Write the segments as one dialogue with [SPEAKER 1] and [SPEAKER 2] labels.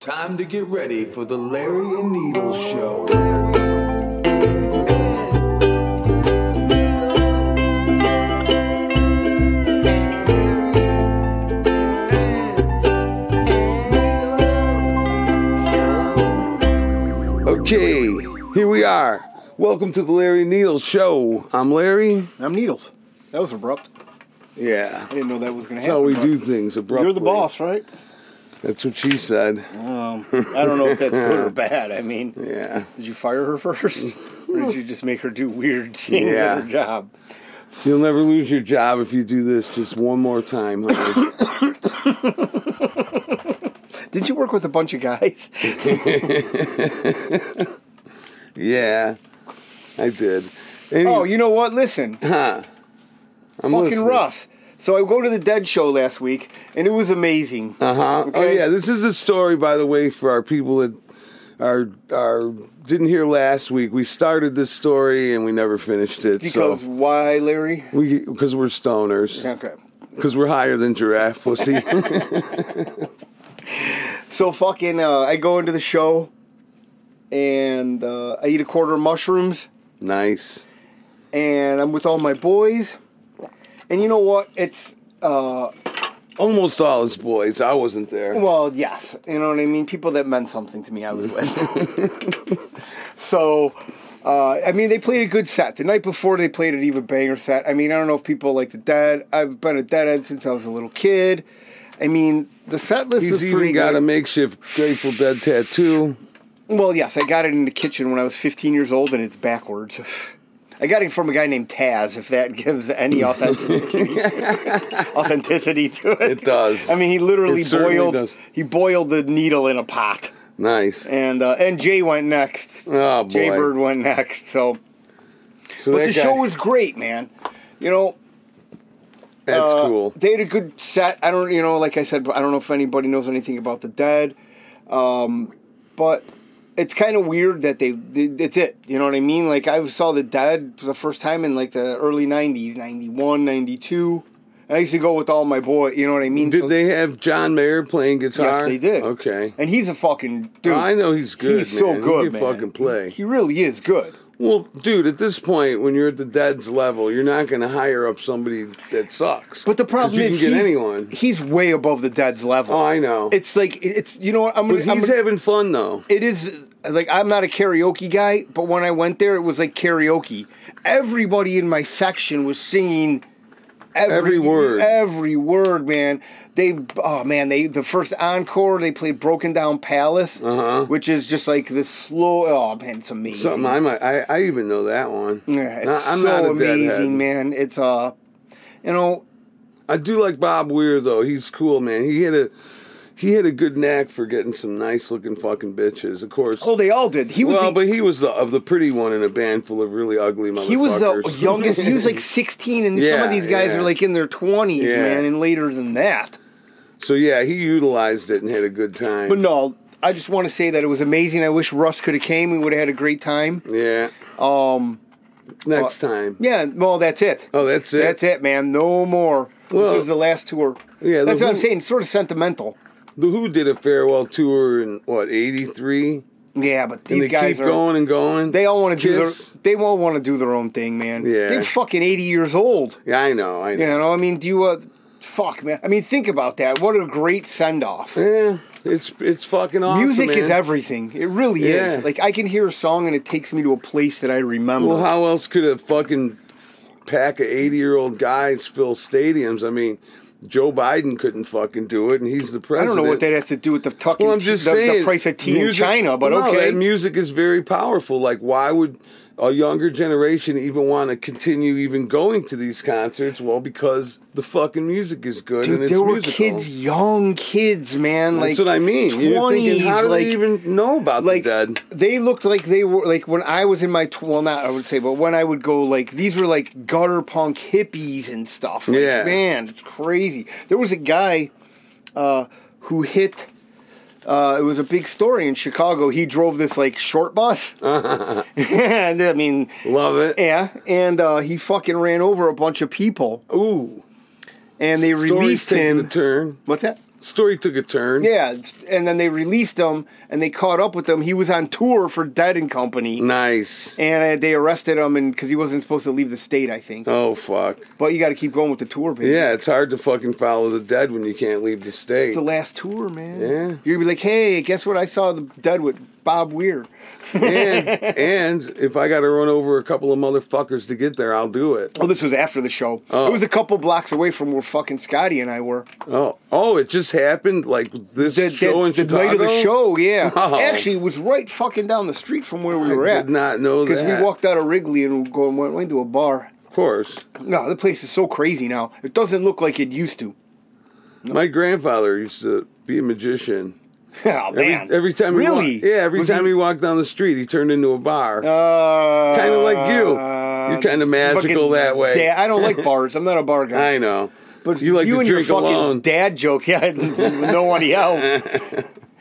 [SPEAKER 1] Time to get ready for the Larry and Needles show. Okay, here we are. Welcome to the Larry and Needles show. I'm Larry.
[SPEAKER 2] I'm Needles. That was abrupt.
[SPEAKER 1] Yeah.
[SPEAKER 2] I didn't know that was going
[SPEAKER 1] That's
[SPEAKER 2] to
[SPEAKER 1] how
[SPEAKER 2] happen.
[SPEAKER 1] we do
[SPEAKER 2] but
[SPEAKER 1] things abruptly.
[SPEAKER 2] You're the boss, right?
[SPEAKER 1] That's what she said.
[SPEAKER 2] Um, I don't know if that's good or bad. I mean,
[SPEAKER 1] Yeah.
[SPEAKER 2] did you fire her first? Or did you just make her do weird things
[SPEAKER 1] Yeah.
[SPEAKER 2] at her job?
[SPEAKER 1] You'll never lose your job if you do this just one more time, honey.
[SPEAKER 2] Did you work with a bunch of guys?
[SPEAKER 1] yeah, I did. Any-
[SPEAKER 2] oh, you know what? Listen,
[SPEAKER 1] huh. I'm
[SPEAKER 2] fucking
[SPEAKER 1] listening.
[SPEAKER 2] Russ. So I go to the Dead show last week, and it was amazing.
[SPEAKER 1] Uh-huh. Oh
[SPEAKER 2] Okay.
[SPEAKER 1] yeah, this is a story, by the way, for our people that are are didn't hear last week. We started this story and we never finished it.
[SPEAKER 2] because
[SPEAKER 1] so
[SPEAKER 2] why, Larry?
[SPEAKER 1] we because we're stoners
[SPEAKER 2] Okay.
[SPEAKER 1] because we're higher than giraffe pussy.
[SPEAKER 2] So fucking, uh, I go into the show, and uh, I eat a quarter of mushrooms.
[SPEAKER 1] nice.
[SPEAKER 2] and I'm with all my boys. And you know what? It's uh,
[SPEAKER 1] Almost all his boys. I wasn't there.
[SPEAKER 2] well, yes, you know what I mean. People that meant something to me, I was with. so, uh, I mean, they played a good set. The night before, they played an even banger set. I mean, I don't know if people like the Dead. I've been a Deadhead since I was a little kid. I mean, the set list
[SPEAKER 1] He's
[SPEAKER 2] was
[SPEAKER 1] even
[SPEAKER 2] pretty
[SPEAKER 1] got
[SPEAKER 2] good.
[SPEAKER 1] a makeshift Grateful Dead tattoo.
[SPEAKER 2] Well, yes, I got it in the kitchen when I was 15 years old, and it's backwards. I got it from a guy named Taz, if that gives any authenticity, authenticity to it.
[SPEAKER 1] It does.
[SPEAKER 2] I mean, he literally
[SPEAKER 1] It certainly
[SPEAKER 2] boiled.
[SPEAKER 1] does.
[SPEAKER 2] He boiled the needle in a pot,
[SPEAKER 1] Nice.
[SPEAKER 2] and uh, and Jay went next.
[SPEAKER 1] Oh boy.
[SPEAKER 2] Jay Bird went next. So,
[SPEAKER 1] So
[SPEAKER 2] but
[SPEAKER 1] that
[SPEAKER 2] the
[SPEAKER 1] guy-
[SPEAKER 2] show was great, man. You know,
[SPEAKER 1] That's
[SPEAKER 2] uh,
[SPEAKER 1] cool.
[SPEAKER 2] They had a good set. I don't, you know, like I said, I don't know if anybody knows anything about the dead, um, but it's kind of weird that they, they. It's it. You know what I mean? Like I saw the dead for the first time in like the early '90s, '91, '92. I used to go with all my boy. You know what I mean?
[SPEAKER 1] Did
[SPEAKER 2] So-
[SPEAKER 1] they have John Mayer playing guitar?
[SPEAKER 2] Yes, they did.
[SPEAKER 1] Okay.
[SPEAKER 2] And he's a fucking dude.
[SPEAKER 1] I know he's good.
[SPEAKER 2] He's
[SPEAKER 1] man.
[SPEAKER 2] so good,
[SPEAKER 1] He can
[SPEAKER 2] man.
[SPEAKER 1] fucking play.
[SPEAKER 2] He really is good.
[SPEAKER 1] Well, dude, at this point, when you're at the Dead's level, you're not going to hire up somebody that sucks.
[SPEAKER 2] But the
[SPEAKER 1] 'Cause
[SPEAKER 2] problem
[SPEAKER 1] you
[SPEAKER 2] is,
[SPEAKER 1] can get
[SPEAKER 2] he's,
[SPEAKER 1] anyone.
[SPEAKER 2] he's way above the dead's level.
[SPEAKER 1] Oh, I know.
[SPEAKER 2] it's like it's you know what I'm.
[SPEAKER 1] but
[SPEAKER 2] gonna- I'm
[SPEAKER 1] he's
[SPEAKER 2] gonna-
[SPEAKER 1] having fun though.
[SPEAKER 2] it is like I'm not a karaoke guy, but when I went there, it was like karaoke. Everybody in my section was singing every,
[SPEAKER 1] Every word.
[SPEAKER 2] every word, man. They, oh man, they the first encore they played "Broken Down Palace,"
[SPEAKER 1] Uh-huh.
[SPEAKER 2] which is just like this slow. Oh man, it's amazing.
[SPEAKER 1] Something I might. I, I even know that one.
[SPEAKER 2] Yeah, it's
[SPEAKER 1] No, I'm
[SPEAKER 2] so
[SPEAKER 1] not a
[SPEAKER 2] amazing,
[SPEAKER 1] deadhead.
[SPEAKER 2] man. It's uh, you know,
[SPEAKER 1] I do like Bob Weir though. He's cool, man. He had a he had a good knack for getting some nice looking fucking bitches. Of course.
[SPEAKER 2] oh, they all did. He was
[SPEAKER 1] well,
[SPEAKER 2] the,
[SPEAKER 1] but he was the of the pretty one in a band full of really ugly motherfuckers.
[SPEAKER 2] he was the youngest. He was like 16, and some
[SPEAKER 1] Yeah,
[SPEAKER 2] of these guys
[SPEAKER 1] yeah.
[SPEAKER 2] are like in their 20s,
[SPEAKER 1] Yeah.
[SPEAKER 2] man, and later than that.
[SPEAKER 1] so yeah, he utilized it and had a good time.
[SPEAKER 2] But no, I just want to say that it was amazing. I wish Russ could have came. We would have had a great time.
[SPEAKER 1] yeah,
[SPEAKER 2] Um,
[SPEAKER 1] next time.
[SPEAKER 2] yeah. Well, that's it.
[SPEAKER 1] Oh, that's it.
[SPEAKER 2] That's it, man. No more.
[SPEAKER 1] Well-
[SPEAKER 2] this was the last tour.
[SPEAKER 1] Yeah, the
[SPEAKER 2] that's what I'm
[SPEAKER 1] Who-
[SPEAKER 2] saying. It's sort of sentimental.
[SPEAKER 1] The Who did a farewell tour in what '83,
[SPEAKER 2] Yeah, but
[SPEAKER 1] and
[SPEAKER 2] these
[SPEAKER 1] they
[SPEAKER 2] guys
[SPEAKER 1] keep
[SPEAKER 2] are.
[SPEAKER 1] going and going.
[SPEAKER 2] They all want to do their.
[SPEAKER 1] Kiss?
[SPEAKER 2] They all want to do their own thing, man.
[SPEAKER 1] Yeah.
[SPEAKER 2] They're fucking 80 years old.
[SPEAKER 1] yeah, I know, I
[SPEAKER 2] You
[SPEAKER 1] know.
[SPEAKER 2] know, I mean, do you, uh, fuck, man. I mean, think about that. What a great send off.
[SPEAKER 1] Yeah, it's it's fucking awesome.
[SPEAKER 2] Music is
[SPEAKER 1] man.
[SPEAKER 2] everything. It really
[SPEAKER 1] Yeah.
[SPEAKER 2] is. Like, I can hear a song and it takes me to a place that I remember.
[SPEAKER 1] Well, how else could a fucking pack of 80 year old guys fill stadiums? I mean, Joe Biden couldn't fucking do it, and he's the
[SPEAKER 2] I
[SPEAKER 1] president.
[SPEAKER 2] don't know what that has to do with the fucking
[SPEAKER 1] Well, I'm
[SPEAKER 2] tea-
[SPEAKER 1] just
[SPEAKER 2] the, the
[SPEAKER 1] saying,
[SPEAKER 2] price of tea
[SPEAKER 1] music-
[SPEAKER 2] in China, but
[SPEAKER 1] no,
[SPEAKER 2] okay.
[SPEAKER 1] that music is very powerful. Like, why would a younger generation even want to continue even going to these concerts? Well, because the fucking music is good and
[SPEAKER 2] Dude,
[SPEAKER 1] it's
[SPEAKER 2] there were
[SPEAKER 1] musical.
[SPEAKER 2] kids, young kids, man. like
[SPEAKER 1] That's what I mean. You're thinking, how do
[SPEAKER 2] like,
[SPEAKER 1] they even know about
[SPEAKER 2] like
[SPEAKER 1] the dead?
[SPEAKER 2] they looked like they were like when I was in my tw- well, not I would say, but when I would go, like these were like gutter punk hippies and stuff. Like,
[SPEAKER 1] Yeah.
[SPEAKER 2] man, it's crazy. There was a guy uh, who hit. Uh, it was a big story in Chicago. He drove this like short bus, and I mean,
[SPEAKER 1] Love it.
[SPEAKER 2] yeah, and uh, he fucking ran over a bunch of people.
[SPEAKER 1] Ooh,
[SPEAKER 2] and they
[SPEAKER 1] stories
[SPEAKER 2] released
[SPEAKER 1] taking
[SPEAKER 2] him.
[SPEAKER 1] a turn.
[SPEAKER 2] What's that?
[SPEAKER 1] story took a turn.
[SPEAKER 2] Yeah, and then they released him and they caught up with him. He was on tour for Dead and Company,
[SPEAKER 1] Mm. Nice.
[SPEAKER 2] and uh, they arrested him and because he wasn't supposed to leave the state, I think.
[SPEAKER 1] Oh fuck.
[SPEAKER 2] But you got to keep going with the tour, baby.
[SPEAKER 1] Yeah, it's hard to fucking follow the dead when you can't leave the state.
[SPEAKER 2] It's the last tour, man.
[SPEAKER 1] Yeah.
[SPEAKER 2] You're gonna be like, hey, guess what? I saw the Dead with Bob Weir.
[SPEAKER 1] and and if I got to run over a couple of motherfuckers to get there, I'll do it.
[SPEAKER 2] Oh, this was after the show.
[SPEAKER 1] Oh.
[SPEAKER 2] It was a couple blocks away from where fucking Scotty and I were.
[SPEAKER 1] Oh, oh, it just happened like this
[SPEAKER 2] The,
[SPEAKER 1] show
[SPEAKER 2] the-
[SPEAKER 1] in
[SPEAKER 2] the
[SPEAKER 1] Chicago.
[SPEAKER 2] night of the show, yeah.
[SPEAKER 1] Wow.
[SPEAKER 2] Actually, it was right fucking down the street from where we were
[SPEAKER 1] I
[SPEAKER 2] at.
[SPEAKER 1] did not know
[SPEAKER 2] Because
[SPEAKER 1] that.
[SPEAKER 2] we walked out of Wrigley and go- went, went to a bar.
[SPEAKER 1] Of course,
[SPEAKER 2] No, the place is so crazy now. It doesn't look like it used to.
[SPEAKER 1] my grandfather used to be a magician.
[SPEAKER 2] oh,
[SPEAKER 1] Every,
[SPEAKER 2] man.
[SPEAKER 1] every time, he
[SPEAKER 2] really?
[SPEAKER 1] walked, yeah, every
[SPEAKER 2] Was
[SPEAKER 1] time
[SPEAKER 2] he,
[SPEAKER 1] he walked down the street, he turned into a bar.
[SPEAKER 2] Uh,
[SPEAKER 1] Kinda like you. You're kinda magical
[SPEAKER 2] fucking
[SPEAKER 1] that way.
[SPEAKER 2] da- I don't like bars. I'm not a bar guy.
[SPEAKER 1] I know,
[SPEAKER 2] But
[SPEAKER 1] you like to
[SPEAKER 2] and your
[SPEAKER 1] drink
[SPEAKER 2] fucking
[SPEAKER 1] alone.
[SPEAKER 2] Dad jokes, yeah, with nobody else.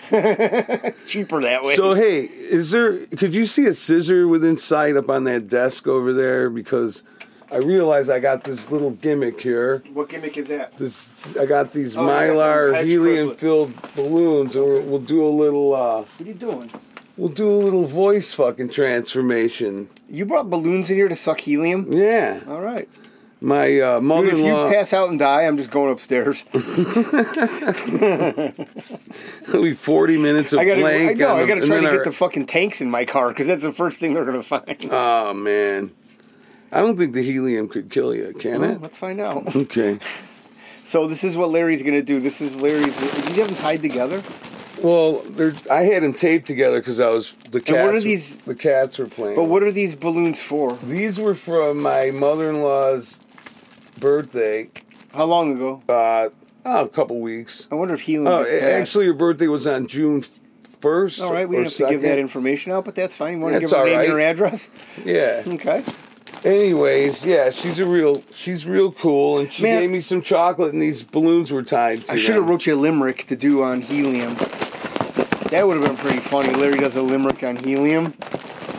[SPEAKER 2] it's cheaper that way.
[SPEAKER 1] So hey, is there? Could you see a scissor within sight up on that desk over there? Because I realize I got this little gimmick here.
[SPEAKER 2] what gimmick is that?
[SPEAKER 1] This I got these
[SPEAKER 2] Oh, yeah, some
[SPEAKER 1] mylar
[SPEAKER 2] hedge
[SPEAKER 1] helium-filled balloons, and we're- we'll do a little. uh
[SPEAKER 2] What are you doing?
[SPEAKER 1] We'll do a little voice fucking transformation.
[SPEAKER 2] You brought balloons in here to suck
[SPEAKER 1] Mm.
[SPEAKER 2] helium.
[SPEAKER 1] Yeah,
[SPEAKER 2] All right.
[SPEAKER 1] my uh,
[SPEAKER 2] Dude, if you
[SPEAKER 1] mother-in-law.
[SPEAKER 2] pass out and die, I'm just going upstairs.
[SPEAKER 1] It'll be forty minutes of
[SPEAKER 2] I gotta,
[SPEAKER 1] blank.
[SPEAKER 2] I know,
[SPEAKER 1] on
[SPEAKER 2] I
[SPEAKER 1] the-
[SPEAKER 2] gotta
[SPEAKER 1] and
[SPEAKER 2] try
[SPEAKER 1] then
[SPEAKER 2] to get
[SPEAKER 1] our-
[SPEAKER 2] the fucking tanks in my car because that's the first thing they're gonna find.
[SPEAKER 1] Oh man, I don't think the helium could kill you, can
[SPEAKER 2] Well,
[SPEAKER 1] it?
[SPEAKER 2] let's find out.
[SPEAKER 1] Okay.
[SPEAKER 2] So this is what Larry's gonna do. This is Larry's. Did you have them tied together?
[SPEAKER 1] Well, there, I had them taped together because I was the cats.
[SPEAKER 2] what are
[SPEAKER 1] were-
[SPEAKER 2] these-
[SPEAKER 1] The cats were playing.
[SPEAKER 2] But what are these balloons for?
[SPEAKER 1] These were from my mother-in-law's birthday.
[SPEAKER 2] How long ago?
[SPEAKER 1] Uh, oh, a couple weeks.
[SPEAKER 2] I wonder if helium.
[SPEAKER 1] Oh,
[SPEAKER 2] gets
[SPEAKER 1] a-
[SPEAKER 2] bad.
[SPEAKER 1] actually, your birthday was on June first.
[SPEAKER 2] All right, we
[SPEAKER 1] or
[SPEAKER 2] didn't have to give
[SPEAKER 1] 2nd.
[SPEAKER 2] that information out, but that's fine. You want to
[SPEAKER 1] That's
[SPEAKER 2] give her name and
[SPEAKER 1] all
[SPEAKER 2] her address?
[SPEAKER 1] Yeah.
[SPEAKER 2] Okay.
[SPEAKER 1] Anyways, yeah, she's a real, she's real cool, and she
[SPEAKER 2] Man.
[SPEAKER 1] gave me some chocolate, and these balloons were tied to
[SPEAKER 2] I should have
[SPEAKER 1] them.
[SPEAKER 2] wrote you a limerick to do on helium. That would have been pretty funny. Larry does a limerick on helium.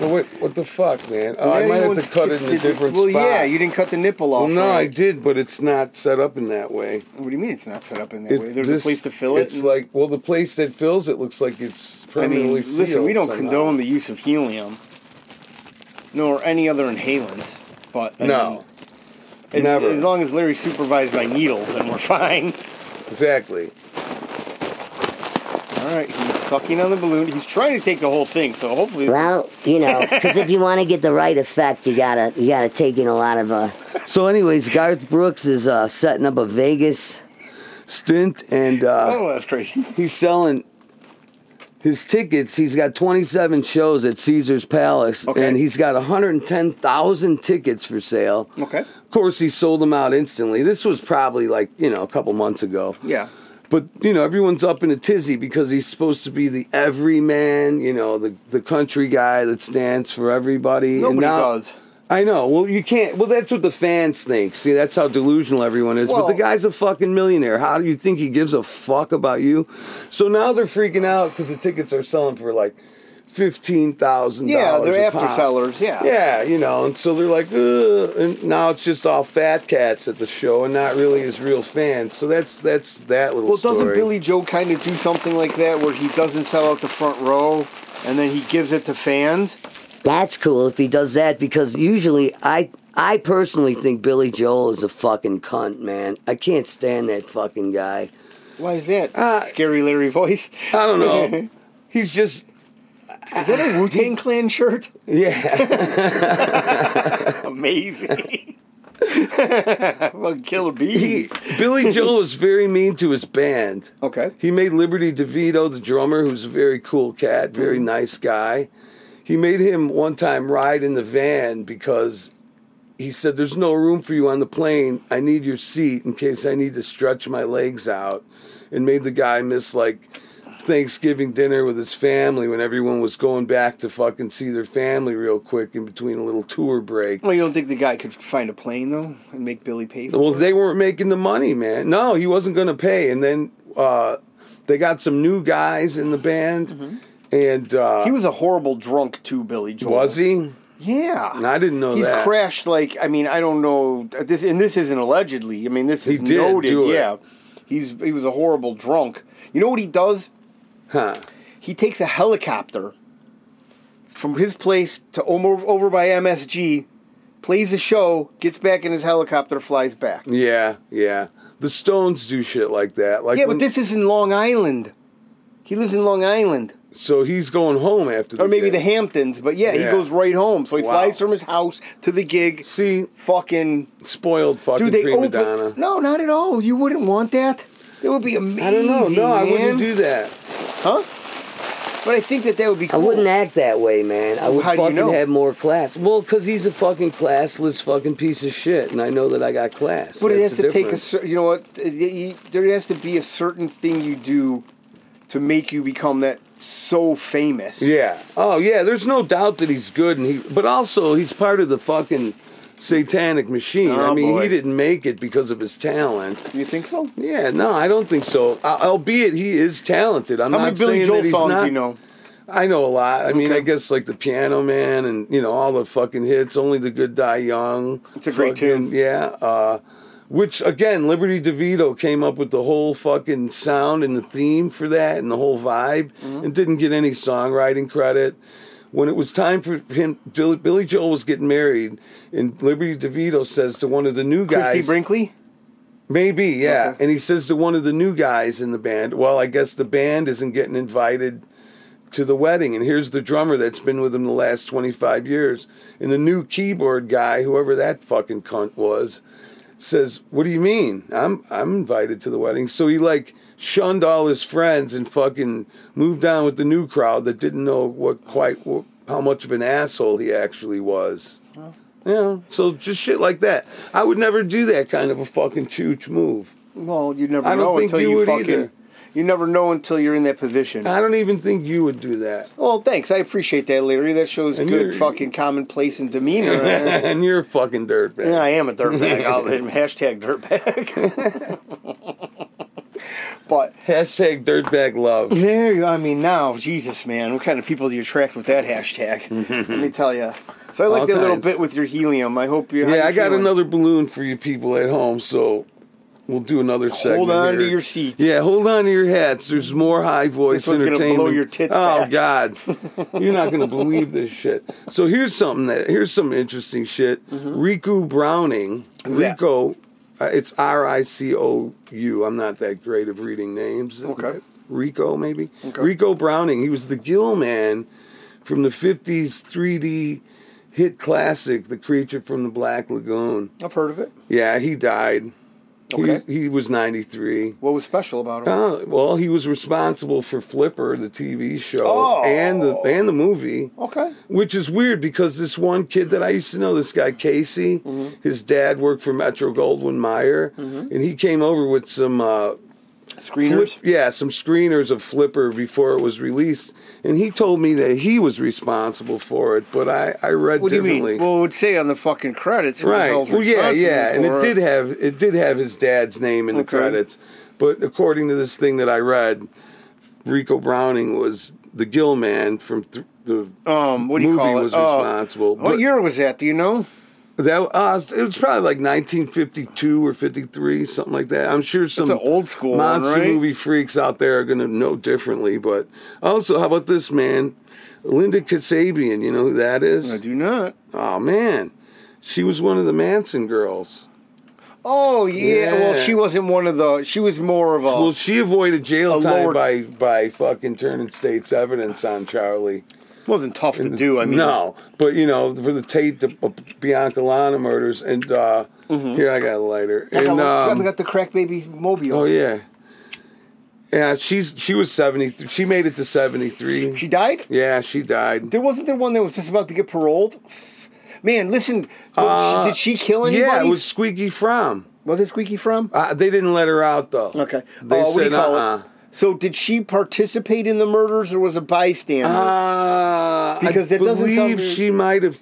[SPEAKER 1] Well, what, what the fuck, man? Oh, I might
[SPEAKER 2] Yeah, you
[SPEAKER 1] have to
[SPEAKER 2] wouldn't-
[SPEAKER 1] cut it
[SPEAKER 2] it's-
[SPEAKER 1] in a
[SPEAKER 2] it's-
[SPEAKER 1] different
[SPEAKER 2] well,
[SPEAKER 1] spot.
[SPEAKER 2] yeah, you didn't cut the nipple off.
[SPEAKER 1] Well, no, I
[SPEAKER 2] right?
[SPEAKER 1] did, but it's not set up in that way.
[SPEAKER 2] What do you mean it's not set up in that way?
[SPEAKER 1] It's
[SPEAKER 2] There's
[SPEAKER 1] this-
[SPEAKER 2] a place to fill it.
[SPEAKER 1] It's
[SPEAKER 2] and-
[SPEAKER 1] like well, the place that fills it looks like it's
[SPEAKER 2] I mean,
[SPEAKER 1] permanently sealed.
[SPEAKER 2] listen, we don't
[SPEAKER 1] somehow.
[SPEAKER 2] condone the use of helium, nor any other inhalants. But I
[SPEAKER 1] No,
[SPEAKER 2] mean, as,
[SPEAKER 1] never.
[SPEAKER 2] as long as Larry's supervised by needles, then we're fine.
[SPEAKER 1] exactly.
[SPEAKER 2] All right, he's sucking on the balloon. He's trying to take the whole thing, so hopefully.
[SPEAKER 3] Well, you know, because if you want to get the right effect, you gotta you gotta take in a lot of. Uh... So, anyways, Garth Brooks is uh, setting up a Vegas.
[SPEAKER 1] Stint and uh,
[SPEAKER 2] Oh, that's crazy.
[SPEAKER 1] he's selling his tickets. He's got 27 shows at Caesar's Palace,
[SPEAKER 2] Okay.
[SPEAKER 1] and he's got 110,000 tickets for sale.
[SPEAKER 2] Okay.
[SPEAKER 1] Of course, he sold them out instantly. This was probably like you know a couple months ago.
[SPEAKER 2] Yeah.
[SPEAKER 1] But you know, everyone's up in a tizzy because he's supposed to be the everyman, you know, the the country guy that stands for everybody. And
[SPEAKER 2] Nobody
[SPEAKER 1] now-
[SPEAKER 2] does.
[SPEAKER 1] I know. Well, you can't. Well, that's what the fans think. See, that's how delusional everyone is. but
[SPEAKER 2] Well-
[SPEAKER 1] the guy's a fucking millionaire. How do you think he gives a fuck about you? So now they're freaking out because the tickets are selling for like fifteen thousand.
[SPEAKER 2] Yeah,
[SPEAKER 1] a
[SPEAKER 2] they're after
[SPEAKER 1] pop.
[SPEAKER 2] sellers. Yeah.
[SPEAKER 1] Yeah, you know, and so they're like, Ugh. and now it's just all fat cats at the show, and not really his real fans. So that's that's that little.
[SPEAKER 2] Well, doesn't
[SPEAKER 1] story.
[SPEAKER 2] Billy Joe kind of do something like that where he doesn't sell out the front row and then he gives it to fans?
[SPEAKER 3] That's cool if he does that because usually I I personally think Billy Joel is a fucking cunt, man. I can't stand that fucking guy.
[SPEAKER 2] Why is that?
[SPEAKER 1] Uh,
[SPEAKER 2] Scary Larry voice.
[SPEAKER 1] I don't know. He's just
[SPEAKER 2] Is that a Wu Tang Clan shirt?
[SPEAKER 1] yeah.
[SPEAKER 2] Amazing. Fucking killer bees.
[SPEAKER 1] He, Billy Joel was very mean to his band.
[SPEAKER 2] Okay.
[SPEAKER 1] He made Liberty DeVito, the drummer, who's a very cool cat, very nice guy. He made him one time ride in the van because he said, There's no room for you on the plane. I need your seat in case I need to stretch my legs out. And made the guy miss like Thanksgiving dinner with his family when everyone was going back to fucking see their family real quick in between a little tour break.
[SPEAKER 2] Well, you don't think the guy could find a plane though and make Billy pay for
[SPEAKER 1] Well, they weren't making the money, man. No, he wasn't going to pay. And then uh, they got some new guys in the band, and uh,
[SPEAKER 2] it? Mm-hmm. He was a horrible drunk too, Billy Joel.
[SPEAKER 1] was he?
[SPEAKER 2] Yeah.
[SPEAKER 1] And I didn't know
[SPEAKER 2] He's
[SPEAKER 1] that.
[SPEAKER 2] uh, crashed like I mean I don't know this and this isn't allegedly I mean this is
[SPEAKER 1] did
[SPEAKER 2] noted
[SPEAKER 1] do it.
[SPEAKER 2] yeah He's he was a horrible drunk. You know what he does?
[SPEAKER 1] Huh.
[SPEAKER 2] He takes a helicopter from his place to over, over by MSG, plays a show, gets back in his helicopter, flies back.
[SPEAKER 1] Yeah, yeah. The Stones do shit like that. Like
[SPEAKER 2] Yeah, but
[SPEAKER 1] when-
[SPEAKER 2] this is in Long Island. He lives in Long Island.
[SPEAKER 1] So he's going home after the
[SPEAKER 2] Or maybe the
[SPEAKER 1] game.
[SPEAKER 2] Hamptons, but yeah, he
[SPEAKER 1] Yeah.
[SPEAKER 2] goes right home. So he
[SPEAKER 1] Wow.
[SPEAKER 2] flies from his house to the gig.
[SPEAKER 1] See,
[SPEAKER 2] Fucking
[SPEAKER 1] spoiled fucking
[SPEAKER 2] Dude, they
[SPEAKER 1] prima
[SPEAKER 2] open.
[SPEAKER 1] donna.
[SPEAKER 2] No, not at all. You wouldn't want that. That would be amazing.
[SPEAKER 1] I don't know. No, I wouldn't
[SPEAKER 2] man.
[SPEAKER 1] do that.
[SPEAKER 2] Huh? But I think that that would be.
[SPEAKER 3] I
[SPEAKER 2] Cool.
[SPEAKER 3] wouldn't act that way, man. I would
[SPEAKER 2] How do you
[SPEAKER 3] fucking
[SPEAKER 2] know?
[SPEAKER 3] have more class. Well, because he's a fucking classless fucking piece of shit, and I know that I got class.
[SPEAKER 2] But it has
[SPEAKER 3] That's the
[SPEAKER 2] to take a.
[SPEAKER 3] difference.
[SPEAKER 2] cer- You know what? It- it- you- There has to be a certain thing you do to make you become that so famous.
[SPEAKER 1] Yeah. Oh yeah. There's no doubt that he's good, and he. But also, he's part of the fucking satanic machine. I
[SPEAKER 2] Oh,
[SPEAKER 1] mean,
[SPEAKER 2] boy.
[SPEAKER 1] he didn't make it because of his talent.
[SPEAKER 2] Do you think so?
[SPEAKER 1] Yeah. No, I don't think so. Al- Albeit he is talented. I'm
[SPEAKER 2] How
[SPEAKER 1] not
[SPEAKER 2] many Billy
[SPEAKER 1] saying
[SPEAKER 2] Joel
[SPEAKER 1] that he's
[SPEAKER 2] songs
[SPEAKER 1] not.
[SPEAKER 2] do you know?
[SPEAKER 1] I know a lot. I mean,
[SPEAKER 2] Okay.
[SPEAKER 1] I guess like the Piano Man and you know all the fucking hits. Only the good die young.
[SPEAKER 2] It's a great
[SPEAKER 1] Fucking-
[SPEAKER 2] tune.
[SPEAKER 1] Yeah. Uh, which again, Liberty DeVito came up with the whole fucking sound and the theme for that and the whole vibe,
[SPEAKER 2] Mm-hmm.
[SPEAKER 1] and didn't get any songwriting credit. When it was time for him, Billy, Billy Joel was getting married, and Liberty DeVito says to one of the new guys,
[SPEAKER 2] Christy Brinkley.
[SPEAKER 1] Maybe, yeah.
[SPEAKER 2] Okay.
[SPEAKER 1] And he says to one of the new guys in the band, Well, I guess the band isn't getting invited to the wedding. And here's the drummer that's been with him the last 25 years. And the new keyboard guy, whoever that fucking cunt was, says, What do you mean? I'm I'm invited to the wedding. So he like shunned all his friends and fucking moved on with the new crowd that didn't know what quite wh- how much of an asshole he actually was. Yeah, so just shit like that. I would never do that kind of a fucking chooch move.
[SPEAKER 2] Well, you never
[SPEAKER 1] I don't
[SPEAKER 2] know
[SPEAKER 1] think
[SPEAKER 2] until
[SPEAKER 1] you
[SPEAKER 2] you,
[SPEAKER 1] would
[SPEAKER 2] fucking.
[SPEAKER 1] either.
[SPEAKER 2] You never know until you're in that position.
[SPEAKER 1] I don't even think you would do that.
[SPEAKER 2] Well, thanks. I appreciate that, Larry. That shows
[SPEAKER 1] And
[SPEAKER 2] good
[SPEAKER 1] you're-
[SPEAKER 2] fucking commonplace and demeanor.
[SPEAKER 1] and you're a fucking dirtbag.
[SPEAKER 2] Yeah, I am a dirtbag. I'll hashtag dirtbag. but
[SPEAKER 1] Hashtag dirtbag love.
[SPEAKER 2] there, you- I mean, now, Jesus, man, what kind of people do you attract with that hashtag? Let me tell you. So I
[SPEAKER 1] Mm-hmm.
[SPEAKER 2] like
[SPEAKER 1] All
[SPEAKER 2] that little
[SPEAKER 1] kinds.
[SPEAKER 2] bit with your helium. I hope you. how you
[SPEAKER 1] Yeah, I got
[SPEAKER 2] feeling?
[SPEAKER 1] another balloon for you people at home, so we'll do another segment.
[SPEAKER 2] Hold on to
[SPEAKER 1] here.
[SPEAKER 2] your seats.
[SPEAKER 1] Yeah, hold on to your hats. There's more high voice
[SPEAKER 2] This one's gonna blow
[SPEAKER 1] entertainment.
[SPEAKER 2] your tits
[SPEAKER 1] oh
[SPEAKER 2] back.
[SPEAKER 1] God, you're not gonna believe this shit. So here's something that here's some interesting shit.
[SPEAKER 2] Mm-hmm.
[SPEAKER 1] Riku Browning,
[SPEAKER 2] that?
[SPEAKER 1] Rico, uh, it's R I C O U. I'm not that great of reading names.
[SPEAKER 2] Okay.
[SPEAKER 1] Rico maybe.
[SPEAKER 2] Okay.
[SPEAKER 1] Rico Browning. He was the Gill Man from the '50s 3D hit classic, The Creature from the Black Lagoon.
[SPEAKER 2] I've heard of it.
[SPEAKER 1] Yeah, he died. He-
[SPEAKER 2] Okay.
[SPEAKER 1] he was 93.
[SPEAKER 2] What was special about it?
[SPEAKER 1] Uh, well, he was responsible for Flipper, the TV show,
[SPEAKER 2] Oh.
[SPEAKER 1] and the and the movie,
[SPEAKER 2] Okay.
[SPEAKER 1] which is weird because this one kid that I used to know, this guy Casey,
[SPEAKER 2] Mm-hmm.
[SPEAKER 1] his dad worked for Metro Goldwyn Mayer, and he came over with some uh,
[SPEAKER 2] Screeners.
[SPEAKER 1] Flip- yeah, some screeners of Flipper before it was released, and he told me that he was responsible for it, but I I read
[SPEAKER 2] What do you
[SPEAKER 1] differently.
[SPEAKER 2] mean? Well, it would say on the fucking credits. who the
[SPEAKER 1] Right.
[SPEAKER 2] hell's
[SPEAKER 1] Well, yeah, yeah, and
[SPEAKER 2] responsible
[SPEAKER 1] it
[SPEAKER 2] for
[SPEAKER 1] did have it did have his dad's name in the
[SPEAKER 2] Okay.
[SPEAKER 1] credits, but according to this thing that I read, Rico Browning was the Gill Man from th- the
[SPEAKER 2] Um, what do you
[SPEAKER 1] movie
[SPEAKER 2] call it?
[SPEAKER 1] was
[SPEAKER 2] Uh,
[SPEAKER 1] responsible.
[SPEAKER 2] what
[SPEAKER 1] but
[SPEAKER 2] year was that? Do you know?
[SPEAKER 1] that uh, it was probably like 1952 or 53, something like that. I'm sure some
[SPEAKER 2] an old school one,
[SPEAKER 1] monster
[SPEAKER 2] right?
[SPEAKER 1] movie freaks out there are going to know differently. But also, how about this man, Linda Kasabian? You know who that
[SPEAKER 2] I
[SPEAKER 1] is?
[SPEAKER 2] do not.
[SPEAKER 1] Oh man, she was one of the Manson girls.
[SPEAKER 2] Oh yeah. Well,
[SPEAKER 1] Yeah.
[SPEAKER 2] she wasn't one of the. She was more of a.
[SPEAKER 1] Well, she avoided jail
[SPEAKER 2] a
[SPEAKER 1] time
[SPEAKER 2] lower-
[SPEAKER 1] by by fucking turning state's evidence on Charlie.
[SPEAKER 2] wasn't tough to do. I mean,
[SPEAKER 1] no, but you know, for the Tate the uh, Bianca Lana murders, and uh, here I got a lighter.
[SPEAKER 2] Mm-hmm. I got,
[SPEAKER 1] And,
[SPEAKER 2] one-
[SPEAKER 1] um,
[SPEAKER 2] we got the crack baby mobile.
[SPEAKER 1] oh yeah, yeah. She's she was seventy. She made it to seventy three.
[SPEAKER 2] She died.
[SPEAKER 1] Yeah, she died.
[SPEAKER 2] There wasn't there one that was just about to get paroled. Man, listen.
[SPEAKER 1] Uh,
[SPEAKER 2] did she kill anybody?
[SPEAKER 1] Yeah, it was Squeaky Fromm.
[SPEAKER 2] Was it Squeaky from?
[SPEAKER 1] Uh, they didn't let her out though.
[SPEAKER 2] Okay.
[SPEAKER 1] They
[SPEAKER 2] Uh, what do you
[SPEAKER 1] said,
[SPEAKER 2] call it?
[SPEAKER 1] uh-uh.
[SPEAKER 2] So did she participate in the murders or was a bystander?
[SPEAKER 1] Uh,
[SPEAKER 2] Because
[SPEAKER 1] I
[SPEAKER 2] that doesn't sound
[SPEAKER 1] believe
[SPEAKER 2] very-
[SPEAKER 1] she might have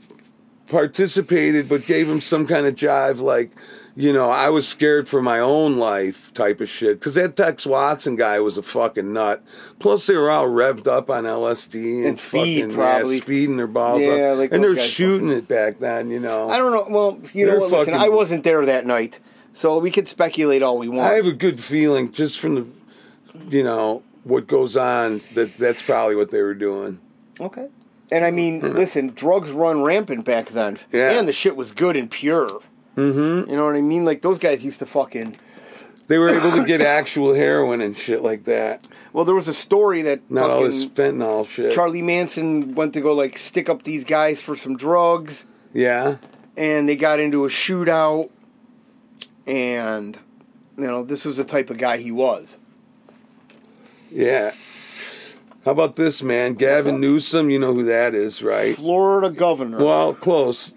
[SPEAKER 1] participated, but gave him some kind of jive, like you know, I was scared for my own life type of shit. Because that Tex Watson guy was a fucking nut. Plus, they were all revved up on LSD and,
[SPEAKER 2] And speed,
[SPEAKER 1] fucking,
[SPEAKER 2] probably.
[SPEAKER 1] yeah, speeding their balls
[SPEAKER 2] Yeah,
[SPEAKER 1] up,
[SPEAKER 2] like
[SPEAKER 1] and
[SPEAKER 2] those
[SPEAKER 1] they're
[SPEAKER 2] guys
[SPEAKER 1] shooting it back then. You know,
[SPEAKER 2] I don't know. Well, you
[SPEAKER 1] They're
[SPEAKER 2] know what?
[SPEAKER 1] fucking-
[SPEAKER 2] Listen, I wasn't there that night, So we could speculate all we want.
[SPEAKER 1] I have a good feeling just from the, you know, what goes on that that's probably what they were doing.
[SPEAKER 2] okay. And I mean, listen, drugs run rampant back then.
[SPEAKER 1] Mm-hmm. Yeah.
[SPEAKER 2] And the shit was good and pure. Mm-hmm. You know what I mean? Like those guys used to fucking.
[SPEAKER 1] They were able to get actual heroin and shit like that.
[SPEAKER 2] Well, there was a story that
[SPEAKER 1] Not all
[SPEAKER 2] fucking
[SPEAKER 1] this fentanyl shit.
[SPEAKER 2] Charlie Manson went to go like stick up these guys for some drugs,
[SPEAKER 1] yeah.
[SPEAKER 2] and they got into a shootout. And you know, this was the type of guy he was.
[SPEAKER 1] Yeah. How about this man, Gavin Newsom? You know who that is, right?
[SPEAKER 2] Florida governor.
[SPEAKER 1] Well, close.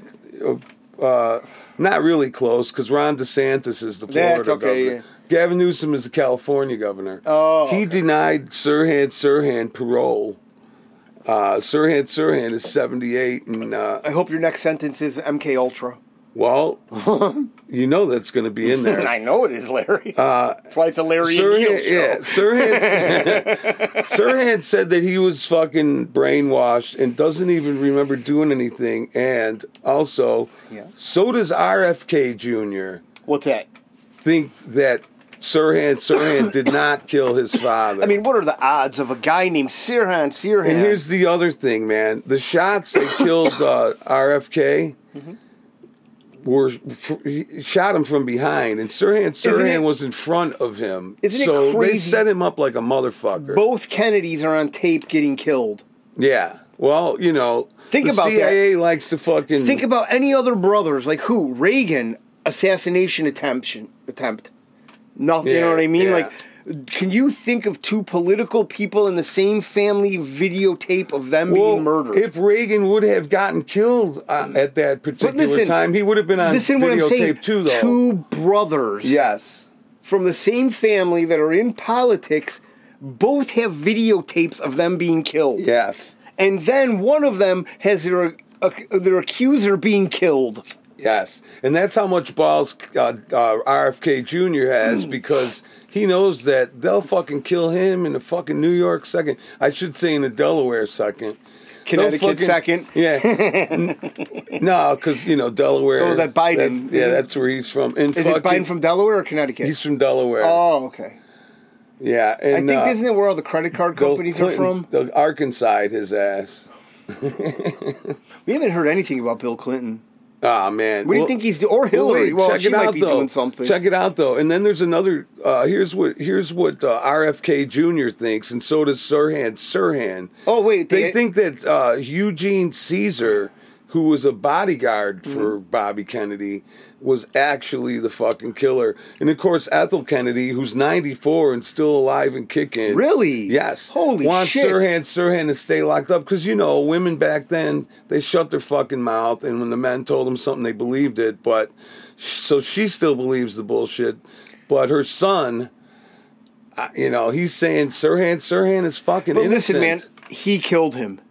[SPEAKER 1] Uh, not really close because Ron DeSantis is the Florida
[SPEAKER 2] That's okay,
[SPEAKER 1] governor. Gavin Newsom is the California governor.
[SPEAKER 2] Oh,
[SPEAKER 1] he
[SPEAKER 2] okay.
[SPEAKER 1] denied Sirhan Sirhan parole. Uh, Sirhan Sirhan is 78, and uh,
[SPEAKER 2] I hope your next sentence is MK Ultra.
[SPEAKER 1] well, you know that's going to be in there.
[SPEAKER 2] I know it is Larry. Uh, That's why it's a Larry and Neil
[SPEAKER 1] Sirhan,
[SPEAKER 2] show.
[SPEAKER 1] yeah, Sirhan, Sirhan said that he was fucking brainwashed and doesn't even remember doing anything. And also,
[SPEAKER 2] Yeah.
[SPEAKER 1] so does RFK Jr.
[SPEAKER 2] What's that?
[SPEAKER 1] think that Sirhan Sirhan did not kill his father.
[SPEAKER 2] I mean, what are the odds of a guy named Sirhan Sirhan?
[SPEAKER 1] and here's the other thing, man. The shots that killed uh, RFK
[SPEAKER 2] Mm-hmm.
[SPEAKER 1] were f- he shot him from behind, and Sirhan
[SPEAKER 2] Isn't
[SPEAKER 1] Sirhan
[SPEAKER 2] it-
[SPEAKER 1] was in front of him.
[SPEAKER 2] Isn't it
[SPEAKER 1] so they
[SPEAKER 2] crazy?
[SPEAKER 1] set him up like a motherfucker.
[SPEAKER 2] both Kennedys are on tape getting killed.
[SPEAKER 1] yeah. Well, you know,
[SPEAKER 2] Think
[SPEAKER 1] the
[SPEAKER 2] about that.
[SPEAKER 1] CIA likes to fucking
[SPEAKER 2] Think about any other brothers, like who? Reagan assassination attempt attempt. Nothing. you know
[SPEAKER 1] Yeah,
[SPEAKER 2] what I mean?
[SPEAKER 1] yeah.
[SPEAKER 2] Like, can you think of two political people in the same family videotape of them being murdered? Mm.
[SPEAKER 1] If Reagan would have gotten killed uh, at that particular
[SPEAKER 2] listen,
[SPEAKER 1] time, he would have been on
[SPEAKER 2] Listen, what I'm saying.
[SPEAKER 1] videotape too, though.
[SPEAKER 2] Two brothers
[SPEAKER 1] yes.
[SPEAKER 2] from the same family that are in politics, both have videotapes of them being killed.
[SPEAKER 1] Yes.
[SPEAKER 2] and then one of them has their ac- their accuser being killed.
[SPEAKER 1] Yes, and that's how much balls uh, uh, RFK Jr. has
[SPEAKER 2] Hmm.
[SPEAKER 1] because he knows that they'll fucking kill him in a fucking New York second. I should say in a Delaware second. They'll
[SPEAKER 2] Connecticut second.
[SPEAKER 1] Yeah. N- no, because you know Delaware.
[SPEAKER 2] Oh, that Biden.
[SPEAKER 1] yeah,
[SPEAKER 2] Is it-
[SPEAKER 1] that's where he's from. And
[SPEAKER 2] Is it
[SPEAKER 1] fucking-
[SPEAKER 2] Biden from Delaware or Connecticut?
[SPEAKER 1] He's from Delaware.
[SPEAKER 2] oh, okay.
[SPEAKER 1] yeah,
[SPEAKER 2] I
[SPEAKER 1] and
[SPEAKER 2] think
[SPEAKER 1] uh,
[SPEAKER 2] isn't it where all the credit card
[SPEAKER 1] they'll
[SPEAKER 2] companies are
[SPEAKER 1] Clinton-
[SPEAKER 2] from?
[SPEAKER 1] They'll Arkansas his ass.
[SPEAKER 2] We haven't heard anything about Bill Clinton.
[SPEAKER 1] Ah man.
[SPEAKER 2] What do you
[SPEAKER 1] Well-
[SPEAKER 2] think he's doing? Or Hillary? Well,
[SPEAKER 1] Well, wait, check
[SPEAKER 2] she
[SPEAKER 1] it
[SPEAKER 2] might
[SPEAKER 1] out
[SPEAKER 2] be
[SPEAKER 1] though.
[SPEAKER 2] doing something.
[SPEAKER 1] Check it out though. And then there's another. Uh, here's what here's what uh, RFK Jr. thinks, and so does Sirhan Sirhan.
[SPEAKER 2] Oh wait,
[SPEAKER 1] they think that uh, Eugene Caesar, who was a bodyguard
[SPEAKER 2] Mm-hmm.
[SPEAKER 1] for Bobby Kennedy, was actually the fucking killer. And of course, Ethel Kennedy, who's 94 and still alive and kicking,
[SPEAKER 2] Really?
[SPEAKER 1] Yes.
[SPEAKER 2] Holy
[SPEAKER 1] wants
[SPEAKER 2] shit.
[SPEAKER 1] Sirhan Sirhan to stay locked up because you know women back then they shut their fucking mouth, and when the men told them something, they believed it. But so she still believes the bullshit, but her son. I- You know, he's saying Sirhan Sirhan is fucking
[SPEAKER 2] But
[SPEAKER 1] innocent.
[SPEAKER 2] listen, man, he killed him.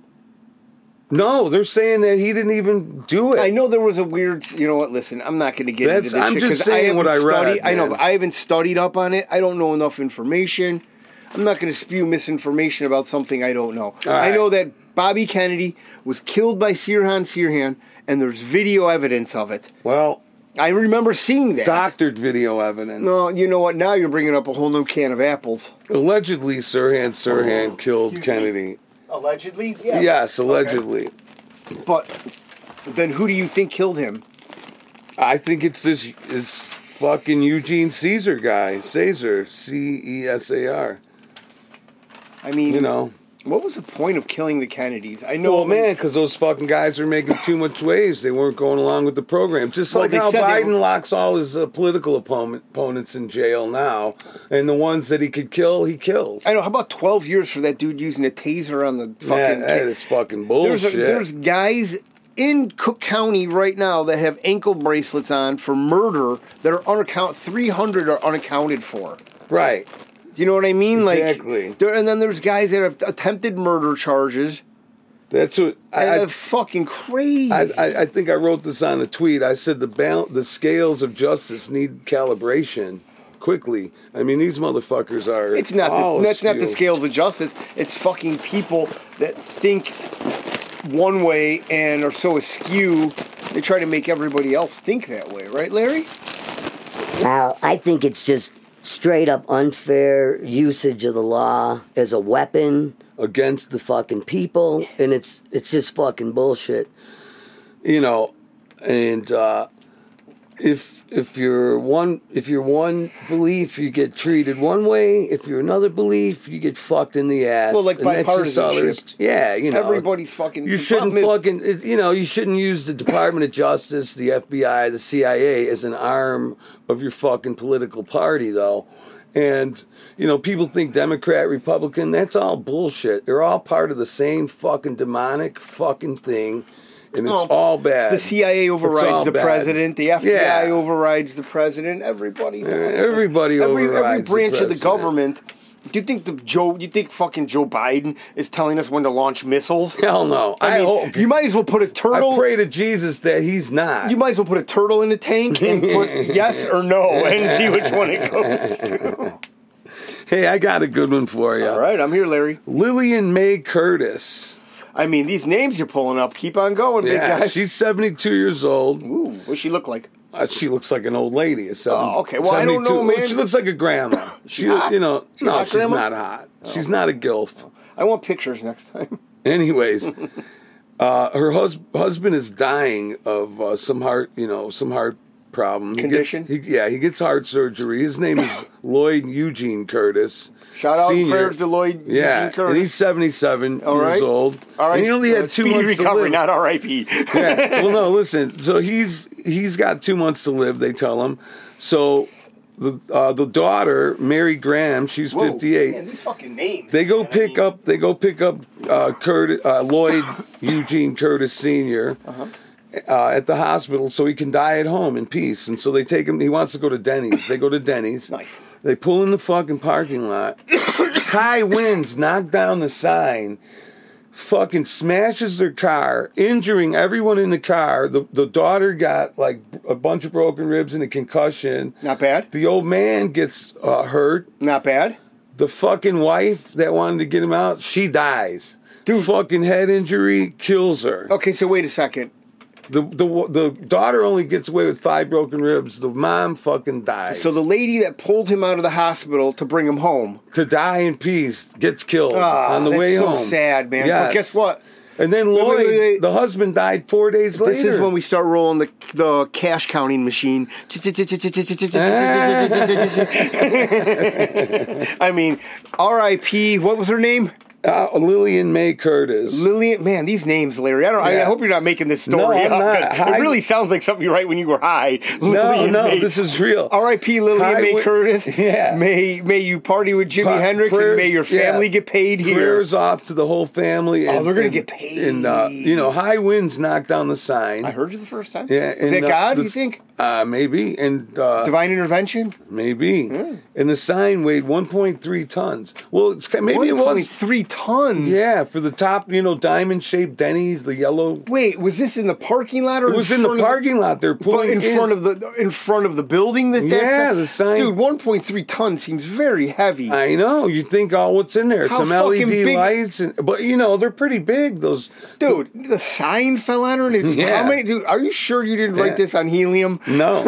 [SPEAKER 1] No, they're saying that he didn't even do it.
[SPEAKER 2] I know there was a weird. You know what? Listen, I'm not going to get
[SPEAKER 1] That's-
[SPEAKER 2] into this
[SPEAKER 1] I'm
[SPEAKER 2] shit
[SPEAKER 1] just
[SPEAKER 2] 'cause
[SPEAKER 1] saying
[SPEAKER 2] I
[SPEAKER 1] what
[SPEAKER 2] haven't
[SPEAKER 1] I read,
[SPEAKER 2] studied- I know,
[SPEAKER 1] man.
[SPEAKER 2] but I haven't studied up on it. I don't know enough information. I'm not going to spew misinformation about something I don't know.
[SPEAKER 1] All right.
[SPEAKER 2] I know that Bobby Kennedy was killed by Sirhan Sirhan, and there's video evidence of it.
[SPEAKER 1] Well,
[SPEAKER 2] I remember seeing that.
[SPEAKER 1] doctored video evidence.
[SPEAKER 2] No, you know what? Now you're bringing up a whole new can of apples.
[SPEAKER 1] Allegedly, Sirhan
[SPEAKER 2] Oh,
[SPEAKER 1] Sirhan killed Kennedy.
[SPEAKER 2] Allegedly,
[SPEAKER 1] Yes, allegedly.
[SPEAKER 2] But then, who do you think killed him?
[SPEAKER 1] I think it's this is fucking Eugene Caesar guy, Caesar, C E S A R.
[SPEAKER 2] I mean,
[SPEAKER 1] You know.
[SPEAKER 2] what was the point of killing the Kennedys? I know,
[SPEAKER 1] Well, man, because those fucking guys are making too much waves. They weren't going along with the program. Just
[SPEAKER 2] Well,
[SPEAKER 1] like
[SPEAKER 2] they
[SPEAKER 1] how
[SPEAKER 2] said they
[SPEAKER 1] Biden
[SPEAKER 2] were-
[SPEAKER 1] locks all his uh, political opponent, opponents in jail now, and the ones that he could kill, he kills.
[SPEAKER 2] I know. How about twelve years for that dude using a taser on the
[SPEAKER 1] Yeah,
[SPEAKER 2] fucking?
[SPEAKER 1] that is fucking bullshit.
[SPEAKER 2] there's a- there's guys in Cook County right now that have ankle bracelets on for murder that are unaccount. Three hundred are unaccounted for.
[SPEAKER 1] right.
[SPEAKER 2] Do you know what I mean? Like
[SPEAKER 1] Exactly.
[SPEAKER 2] There, and then there's guys that have attempted murder charges.
[SPEAKER 1] That's what
[SPEAKER 2] And
[SPEAKER 1] I, I
[SPEAKER 2] they're fucking crazy.
[SPEAKER 1] I, I, I think I wrote this on a tweet. I said the bal- the scales of justice need calibration quickly. I mean, these motherfuckers are.
[SPEAKER 2] it's not.
[SPEAKER 1] all
[SPEAKER 2] The, that's not the
[SPEAKER 1] skewed.
[SPEAKER 2] scales of justice. It's fucking people that think one way and are so askew. They try to make everybody else think that way, right, Larry?
[SPEAKER 3] Now, I think it's just straight up unfair usage of the law as a weapon
[SPEAKER 1] against
[SPEAKER 3] the fucking people, and it's it's just fucking bullshit.
[SPEAKER 1] you know, and uh, if if you're one if you're one belief, you get treated one way. If you're another belief, you get fucked in the ass.
[SPEAKER 2] Well, like
[SPEAKER 1] And that's just all there is-
[SPEAKER 2] bipartisanship.
[SPEAKER 1] Yeah, you know,
[SPEAKER 2] Everybody's fucking.
[SPEAKER 1] You
[SPEAKER 2] the
[SPEAKER 1] shouldn't
[SPEAKER 2] problem is-
[SPEAKER 1] fucking it- you know you shouldn't use the Department of Justice, the FBI, the CIA as an arm of your fucking political party though. And you know people think Democrat, Republican, that's all bullshit. They're all part of the same fucking demonic fucking thing. And it's
[SPEAKER 2] Oh,
[SPEAKER 1] all bad.
[SPEAKER 2] The CIA
[SPEAKER 1] It's all
[SPEAKER 2] overrides the
[SPEAKER 1] bad.
[SPEAKER 2] president. The FBI
[SPEAKER 1] Yeah.
[SPEAKER 2] overrides the president. Everybody.
[SPEAKER 1] everybody
[SPEAKER 2] every every
[SPEAKER 1] overrides the
[SPEAKER 2] branch of the
[SPEAKER 1] president.
[SPEAKER 2] government. Do you think the Joe? You think fucking Joe Biden is telling us when to launch missiles?
[SPEAKER 1] Hell no. I,
[SPEAKER 2] mean,
[SPEAKER 1] hope
[SPEAKER 2] you might as well put a turtle.
[SPEAKER 1] I pray to Jesus that he's not.
[SPEAKER 2] you might as well put a turtle in a tank and put yes or no and see which one it goes to.
[SPEAKER 1] hey, I got a good one for you.
[SPEAKER 2] All right, I'm here, Larry.
[SPEAKER 1] Lillian May Curtis.
[SPEAKER 2] I mean, these names you're pulling up, keep on going, big
[SPEAKER 1] Yeah,
[SPEAKER 2] guy.
[SPEAKER 1] she's 72 years old.
[SPEAKER 2] Ooh, what's she look like?
[SPEAKER 1] Uh, she looks like an old lady. At seven,
[SPEAKER 2] Oh, okay. Well, I don't
[SPEAKER 1] 72.
[SPEAKER 2] know, man.
[SPEAKER 1] Well, she looks like a grandma. She,
[SPEAKER 2] hot?
[SPEAKER 1] you know,
[SPEAKER 2] She
[SPEAKER 1] no,
[SPEAKER 2] hot,
[SPEAKER 1] she's
[SPEAKER 2] grandma? Oh.
[SPEAKER 1] not hot. She's not a gilf.
[SPEAKER 2] I want pictures next time.
[SPEAKER 1] Anyways, uh, her hus- husband is dying of uh, some heart, you know, some heart problem. He gets-
[SPEAKER 2] Condition?
[SPEAKER 1] he- yeah, he gets heart surgery. His name is Lloyd Eugene Curtis.
[SPEAKER 2] Shout out
[SPEAKER 1] Senior.
[SPEAKER 2] prayers to Lloyd.
[SPEAKER 1] Yeah,
[SPEAKER 2] Eugene Curtis.
[SPEAKER 1] and he's 77
[SPEAKER 2] All
[SPEAKER 1] years
[SPEAKER 2] right.
[SPEAKER 1] old.
[SPEAKER 2] All right,
[SPEAKER 1] and he only
[SPEAKER 2] uh,
[SPEAKER 1] had two
[SPEAKER 2] speedy
[SPEAKER 1] months
[SPEAKER 2] recovery,
[SPEAKER 1] to live.
[SPEAKER 2] not R.I.P.
[SPEAKER 1] Yeah. Well, no, listen. So he's he's got two months to live. They tell him. So the uh, the daughter, Mary Graham, she's
[SPEAKER 2] Whoa,
[SPEAKER 1] 58.
[SPEAKER 2] Man, these fucking names.
[SPEAKER 1] They go
[SPEAKER 2] man, I
[SPEAKER 1] pick
[SPEAKER 2] mean-
[SPEAKER 1] up. They go pick up uh, Curtis, uh, Lloyd Eugene Curtis Senior. Uh, at the hospital, so he can die at home in peace. And so they take him. He wants to go to Denny's. They go to Denny's.
[SPEAKER 2] Nice.
[SPEAKER 1] They pull in the fucking parking lot. High winds knock down the sign. Fucking smashes their car, injuring everyone in the car. The the daughter got like a bunch of broken ribs and a concussion.
[SPEAKER 2] Not bad.
[SPEAKER 1] The old man gets uh, hurt
[SPEAKER 2] Not bad.
[SPEAKER 1] the fucking wife that wanted to get him out, she dies. Dude, fucking head injury kills her.
[SPEAKER 2] Okay, so wait a second.
[SPEAKER 1] The, the the daughter only gets away with five broken ribs. The mom fucking dies.
[SPEAKER 2] So the lady that pulled him out of the hospital to bring him home.
[SPEAKER 1] to die in peace gets killed
[SPEAKER 2] Ah,
[SPEAKER 1] on the
[SPEAKER 2] that's
[SPEAKER 1] way
[SPEAKER 2] so
[SPEAKER 1] home.
[SPEAKER 2] sad, man.
[SPEAKER 1] Yes.
[SPEAKER 2] But guess what?
[SPEAKER 1] And then Lloyd,
[SPEAKER 2] wait, wait, wait.
[SPEAKER 1] the husband, died four days later.
[SPEAKER 2] This is when we start rolling the the cash counting machine. I mean, R.I.P. What was her name?
[SPEAKER 1] uh, Lillian May Curtis.
[SPEAKER 2] Lillian. Man, these names, Larry. I don't. I, I
[SPEAKER 1] Yeah.
[SPEAKER 2] hope you're not making this story
[SPEAKER 1] No, I'm
[SPEAKER 2] up. 'cause
[SPEAKER 1] not.
[SPEAKER 2] It
[SPEAKER 1] Hi-
[SPEAKER 2] really sounds like something you write when you were high.
[SPEAKER 1] no,
[SPEAKER 2] Lillian
[SPEAKER 1] no,
[SPEAKER 2] May-
[SPEAKER 1] this is real.
[SPEAKER 2] R.I.P. Lillian
[SPEAKER 1] Hi,
[SPEAKER 2] May
[SPEAKER 1] what-
[SPEAKER 2] Curtis.
[SPEAKER 1] Yeah.
[SPEAKER 2] May May you party with Jimi
[SPEAKER 1] Pa-
[SPEAKER 2] Hendrix
[SPEAKER 1] prayers-
[SPEAKER 2] and may your
[SPEAKER 1] yeah.
[SPEAKER 2] family get paid here.
[SPEAKER 1] Prayers off to the whole family.
[SPEAKER 2] Oh,
[SPEAKER 1] And,
[SPEAKER 2] they're gonna
[SPEAKER 1] and-
[SPEAKER 2] get paid.
[SPEAKER 1] And uh, you know, high winds knocked down the sign.
[SPEAKER 2] I heard you the first time.
[SPEAKER 1] Yeah,
[SPEAKER 2] Is that
[SPEAKER 1] and, uh,
[SPEAKER 2] God?
[SPEAKER 1] the-
[SPEAKER 2] you think
[SPEAKER 1] Uh, maybe, and uh,
[SPEAKER 2] divine intervention?
[SPEAKER 1] maybe,
[SPEAKER 2] Hmm.
[SPEAKER 1] and the sign weighed 1.3 tons. Well, it's ki- maybe it was.
[SPEAKER 2] three tons.
[SPEAKER 1] Yeah, for the top, you know, diamond-shaped Denny's, the yellow.
[SPEAKER 2] Wait, was this in the parking lot or
[SPEAKER 1] It was in the
[SPEAKER 2] front of
[SPEAKER 1] parking lot. They're
[SPEAKER 2] But
[SPEAKER 1] pulling
[SPEAKER 2] in front of the in front of the building that that's
[SPEAKER 1] Yeah, the sign-
[SPEAKER 2] Dude, one point three tons seems very heavy.
[SPEAKER 1] I know. You think, oh, what's in there?
[SPEAKER 2] How
[SPEAKER 1] Some
[SPEAKER 2] fucking
[SPEAKER 1] LED
[SPEAKER 2] big-
[SPEAKER 1] lights, and, but you know they're pretty big. Those
[SPEAKER 2] dude, the sign fell on her and it's
[SPEAKER 1] Yeah.
[SPEAKER 2] how many dude, are you sure you didn't write
[SPEAKER 1] Yeah.
[SPEAKER 2] this on helium?
[SPEAKER 1] no.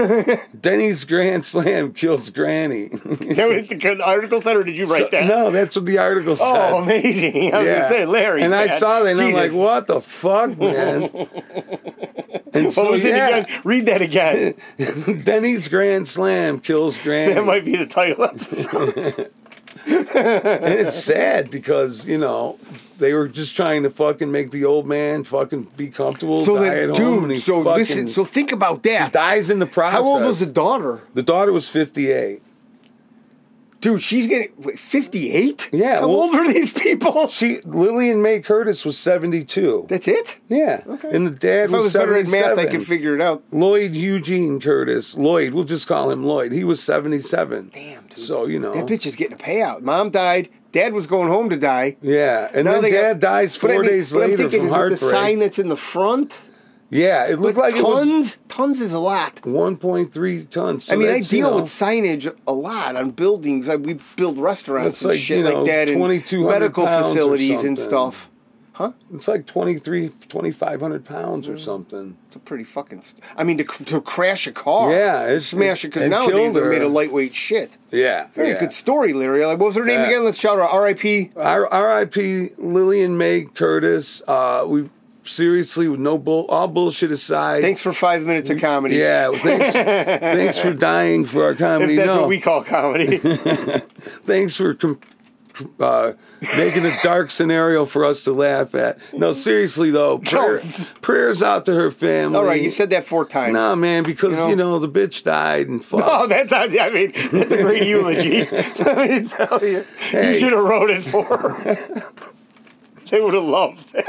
[SPEAKER 1] Denny's Grand Slam kills Granny.
[SPEAKER 2] Is that what the article said or did you write
[SPEAKER 1] So-
[SPEAKER 2] that?
[SPEAKER 1] no, that's what the article said.
[SPEAKER 2] Oh, amazing. I was gonna say Larry.
[SPEAKER 1] And I
[SPEAKER 2] man.
[SPEAKER 1] saw that and I'm like,
[SPEAKER 2] Jesus.
[SPEAKER 1] what the fuck, man? and
[SPEAKER 2] What
[SPEAKER 1] so,
[SPEAKER 2] was
[SPEAKER 1] yeah,
[SPEAKER 2] it again? Read that again.
[SPEAKER 1] Denny's Grand Slam kills Granny.
[SPEAKER 2] That might be the title episode.
[SPEAKER 1] and it's sad because, you know, they were just trying to fucking make the old man fucking be comfortable, die at home, and he
[SPEAKER 2] so
[SPEAKER 1] fucking
[SPEAKER 2] listen, so think about that.
[SPEAKER 1] dies in the process.
[SPEAKER 2] How old was the daughter?
[SPEAKER 1] The daughter was 58.
[SPEAKER 2] Dude, she's getting wait, 58?
[SPEAKER 1] Yeah,
[SPEAKER 2] How
[SPEAKER 1] well-
[SPEAKER 2] old are these people?
[SPEAKER 1] She, Lillian May Curtis was 72.
[SPEAKER 2] That's it?
[SPEAKER 1] yeah.
[SPEAKER 2] Okay.
[SPEAKER 1] And the dad
[SPEAKER 2] If I was better at math, I could figure it out.
[SPEAKER 1] Lloyd Eugene Curtis. Lloyd, we'll just call him Lloyd. He was 77.
[SPEAKER 2] Damn, dude.
[SPEAKER 1] So, you know.
[SPEAKER 2] That bitch is getting a payout. Mom died. Dad was going home to die.
[SPEAKER 1] Yeah. And
[SPEAKER 2] Now
[SPEAKER 1] then
[SPEAKER 2] they got-
[SPEAKER 1] dad dies
[SPEAKER 2] But
[SPEAKER 1] four
[SPEAKER 2] I mean-
[SPEAKER 1] days
[SPEAKER 2] but I'm
[SPEAKER 1] later
[SPEAKER 2] thinking,
[SPEAKER 1] from
[SPEAKER 2] is it
[SPEAKER 1] heartbreak.
[SPEAKER 2] the sign that's in the front?
[SPEAKER 1] yeah, it looked like it was
[SPEAKER 2] tons? Tons is a lot.
[SPEAKER 1] 1.3 tons. So
[SPEAKER 2] I mean, I
[SPEAKER 1] that's, you
[SPEAKER 2] deal
[SPEAKER 1] know,
[SPEAKER 2] with signage a lot on buildings. I, we build restaurants
[SPEAKER 1] That's
[SPEAKER 2] and
[SPEAKER 1] like,
[SPEAKER 2] shit
[SPEAKER 1] you know,
[SPEAKER 2] like that and
[SPEAKER 1] 2,200
[SPEAKER 2] medical
[SPEAKER 1] pounds or
[SPEAKER 2] facilities and
[SPEAKER 1] something.
[SPEAKER 2] stuff. Huh?
[SPEAKER 1] It's like 23, 2,500 pounds
[SPEAKER 2] Mm.
[SPEAKER 1] or something.
[SPEAKER 2] It's a pretty fucking. St- I mean, to, cr- to crash a car.
[SPEAKER 1] Yeah, it's-
[SPEAKER 2] smash it because
[SPEAKER 1] and
[SPEAKER 2] nowadays
[SPEAKER 1] killed
[SPEAKER 2] they're made
[SPEAKER 1] her.
[SPEAKER 2] of lightweight shit.
[SPEAKER 1] Yeah.
[SPEAKER 2] Very
[SPEAKER 1] yeah.
[SPEAKER 2] good story, Larry. Like, what was her name
[SPEAKER 1] Yeah. Uh,
[SPEAKER 2] again? Let's shout her. out. R.I.P.
[SPEAKER 1] R- R.I.P. Lillian May Curtis. Uh, we seriously, with no bull, all bullshit aside.
[SPEAKER 2] Thanks for five minutes of comedy.
[SPEAKER 1] Yeah, well, thanks. thanks for dying for our comedy.
[SPEAKER 2] if that's
[SPEAKER 1] no,
[SPEAKER 2] what we call comedy.
[SPEAKER 1] thanks for com- uh, making a dark scenario for us to laugh at. No, seriously though, prayer, prayers out to her family.
[SPEAKER 2] All right, you said that four times.
[SPEAKER 1] No, man, because you know,
[SPEAKER 2] know-
[SPEAKER 1] the bitch died and fuck.
[SPEAKER 2] Oh, that's I mean, that's a great eulogy. Let me tell you, you
[SPEAKER 1] Hey.
[SPEAKER 2] should have wrote it for her. they would have loved that.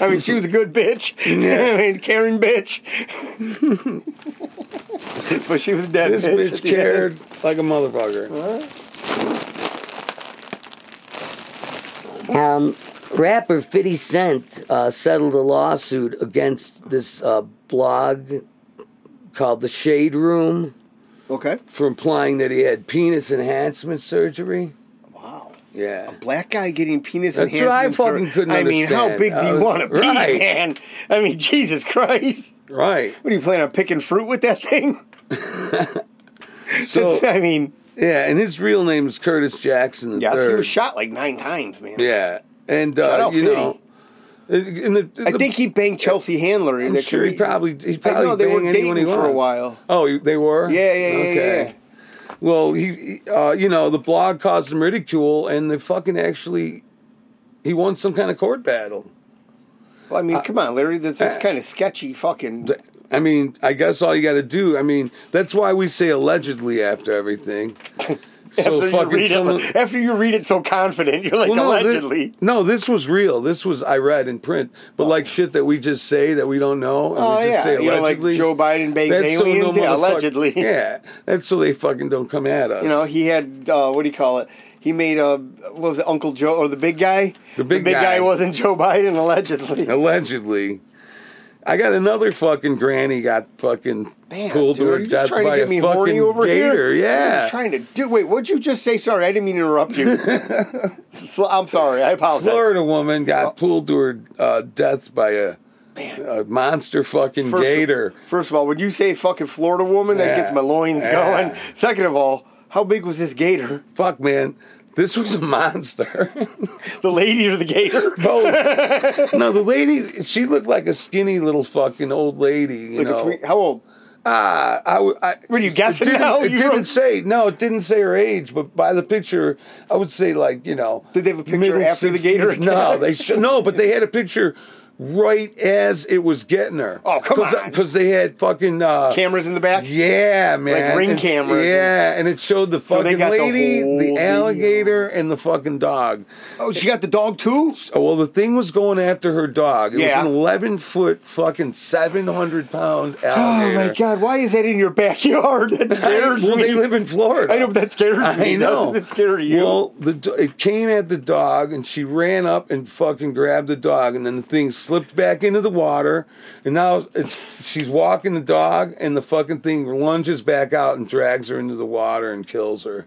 [SPEAKER 2] I mean, she was a good bitch. I mean, Karen bitch. but she was dead.
[SPEAKER 1] This
[SPEAKER 2] at
[SPEAKER 1] bitch
[SPEAKER 2] the end.
[SPEAKER 1] cared like a motherfucker.
[SPEAKER 3] Um, rapper 50 Cent uh, settled a lawsuit against this uh, blog called The Shade Room
[SPEAKER 2] Okay.
[SPEAKER 1] For implying that he had penis enhancement surgery.
[SPEAKER 2] Wow.
[SPEAKER 1] Yeah.
[SPEAKER 2] Black guy getting penis
[SPEAKER 1] That's what I
[SPEAKER 2] enhancement
[SPEAKER 1] fucking
[SPEAKER 2] sur-
[SPEAKER 1] couldn't
[SPEAKER 2] I mean, how
[SPEAKER 1] understand.
[SPEAKER 2] big do
[SPEAKER 1] I
[SPEAKER 2] you
[SPEAKER 1] was-
[SPEAKER 2] want to be,
[SPEAKER 1] Right.
[SPEAKER 2] man? I mean, Jesus Christ!
[SPEAKER 1] Right.
[SPEAKER 2] What are you planning on picking fruit with that thing?
[SPEAKER 1] So
[SPEAKER 2] I mean,
[SPEAKER 1] yeah, and his real name is Curtis Jackson the
[SPEAKER 2] yeah, he
[SPEAKER 1] third.
[SPEAKER 2] was shot like nine times, man.
[SPEAKER 1] Yeah, and
[SPEAKER 2] Shout
[SPEAKER 1] uh,
[SPEAKER 2] out
[SPEAKER 1] you
[SPEAKER 2] Fitty.
[SPEAKER 1] know, in the, in
[SPEAKER 2] I
[SPEAKER 1] the-
[SPEAKER 2] think he banged Chelsea Handler. in
[SPEAKER 1] I'm
[SPEAKER 2] the
[SPEAKER 1] sure he
[SPEAKER 2] career.
[SPEAKER 1] probably he probably
[SPEAKER 2] know, they were
[SPEAKER 1] bang anyone he
[SPEAKER 2] dating for a
[SPEAKER 1] wants.
[SPEAKER 2] while.
[SPEAKER 1] Oh, you- they were.
[SPEAKER 2] Yeah, yeah, yeah,
[SPEAKER 1] Well, he, he- uh, you know, the blog caused him ridicule, and they fucking actually, he won some kind of court battle.
[SPEAKER 2] Well, I mean, come on, Larry. This is
[SPEAKER 1] uh,
[SPEAKER 2] kind of sketchy. Fucking.
[SPEAKER 1] I mean, I guess all you got to do. I mean, that's why we say allegedly after everything. So
[SPEAKER 2] after, you
[SPEAKER 1] fucking
[SPEAKER 2] read
[SPEAKER 1] someone.
[SPEAKER 2] it, after you read it so confident, you're like
[SPEAKER 1] Well, no, thi-
[SPEAKER 2] allegedly.
[SPEAKER 1] no, this was real. This was I read in print, but like shit that we just say that we don't know. And
[SPEAKER 2] oh
[SPEAKER 1] we just
[SPEAKER 2] yeah,
[SPEAKER 1] say
[SPEAKER 2] you know, like
[SPEAKER 1] allegedly.
[SPEAKER 2] Joe Biden banged
[SPEAKER 1] That's so no
[SPEAKER 2] aliens. yeah,
[SPEAKER 1] motherfuck-
[SPEAKER 2] allegedly.
[SPEAKER 1] Yeah, that's so they fucking don't come at us.
[SPEAKER 2] You know, he had uh, what do you call it? He made a what was it, Uncle Joe or the big guy?
[SPEAKER 1] The big
[SPEAKER 2] guy.
[SPEAKER 1] guy.
[SPEAKER 2] wasn't Joe Biden allegedly.
[SPEAKER 1] allegedly. I got another fucking granny got fucking
[SPEAKER 2] Man,
[SPEAKER 1] pulled
[SPEAKER 2] dude,
[SPEAKER 1] to
[SPEAKER 2] are
[SPEAKER 1] her
[SPEAKER 2] you
[SPEAKER 1] death
[SPEAKER 2] trying to
[SPEAKER 1] by
[SPEAKER 2] get
[SPEAKER 1] a
[SPEAKER 2] me horny
[SPEAKER 1] fucking
[SPEAKER 2] over
[SPEAKER 1] gator.
[SPEAKER 2] here? What are you
[SPEAKER 1] Yeah,
[SPEAKER 2] trying to do. Wait, what'd you just say? Sorry, I didn't mean to interrupt you. Fl- I'm sorry. I apologize.
[SPEAKER 1] Florida woman got pulled to her uh, death by a,
[SPEAKER 2] Man.
[SPEAKER 1] a monster fucking
[SPEAKER 2] First-
[SPEAKER 1] gator.
[SPEAKER 2] First of all, when you say fucking Florida woman, that
[SPEAKER 1] Yeah.
[SPEAKER 2] gets my loins
[SPEAKER 1] Yeah.
[SPEAKER 2] going. Second of all, how big was this gator?
[SPEAKER 1] Fuck, man, this was a monster.
[SPEAKER 2] The lady or the gator?
[SPEAKER 1] Both. no, the lady, she looked like a skinny little fucking old lady. You
[SPEAKER 2] Like a
[SPEAKER 1] know,
[SPEAKER 2] tweet- how old?
[SPEAKER 1] Ah, I, w- I-
[SPEAKER 2] What are you
[SPEAKER 1] it
[SPEAKER 2] guessing
[SPEAKER 1] didn't-
[SPEAKER 2] now?
[SPEAKER 1] It
[SPEAKER 2] You
[SPEAKER 1] didn't
[SPEAKER 2] wrote-
[SPEAKER 1] say. No, it didn't say her age, but by the picture, I would say like you know.
[SPEAKER 2] Did they have a picture
[SPEAKER 1] middle
[SPEAKER 2] after the gator
[SPEAKER 1] 60s? No,
[SPEAKER 2] attack?
[SPEAKER 1] they should. No, but they had a picture right as it was getting her.
[SPEAKER 2] Oh, come on.
[SPEAKER 1] Because they had fucking. Uh,
[SPEAKER 2] Cameras in the back?
[SPEAKER 1] yeah, man.
[SPEAKER 2] ring
[SPEAKER 1] It's-
[SPEAKER 2] cameras.
[SPEAKER 1] Yeah, and it showed the
[SPEAKER 2] they
[SPEAKER 1] fucking
[SPEAKER 2] got the
[SPEAKER 1] lady,
[SPEAKER 2] whole
[SPEAKER 1] the,
[SPEAKER 2] video.
[SPEAKER 1] alligator, and the fucking dog.
[SPEAKER 2] Oh, she got the dog too?
[SPEAKER 1] Oh, well, the thing was going after her dog. It
[SPEAKER 2] Yeah.
[SPEAKER 1] was an 11 foot fucking 700 pound
[SPEAKER 2] Oh
[SPEAKER 1] alligator.
[SPEAKER 2] my god, why is that in your backyard? That scares
[SPEAKER 1] well,
[SPEAKER 2] me.
[SPEAKER 1] they live in Florida.
[SPEAKER 2] I know, but that scares me.
[SPEAKER 1] I know.
[SPEAKER 2] Doesn't it scare you?
[SPEAKER 1] Well, the, do- it came at the dog, and she ran up and fucking grabbed the dog, and then the thing slipped back into the water, and now it's she's walking the dog, and the fucking thing lunges back out and drags her into the water and kills her.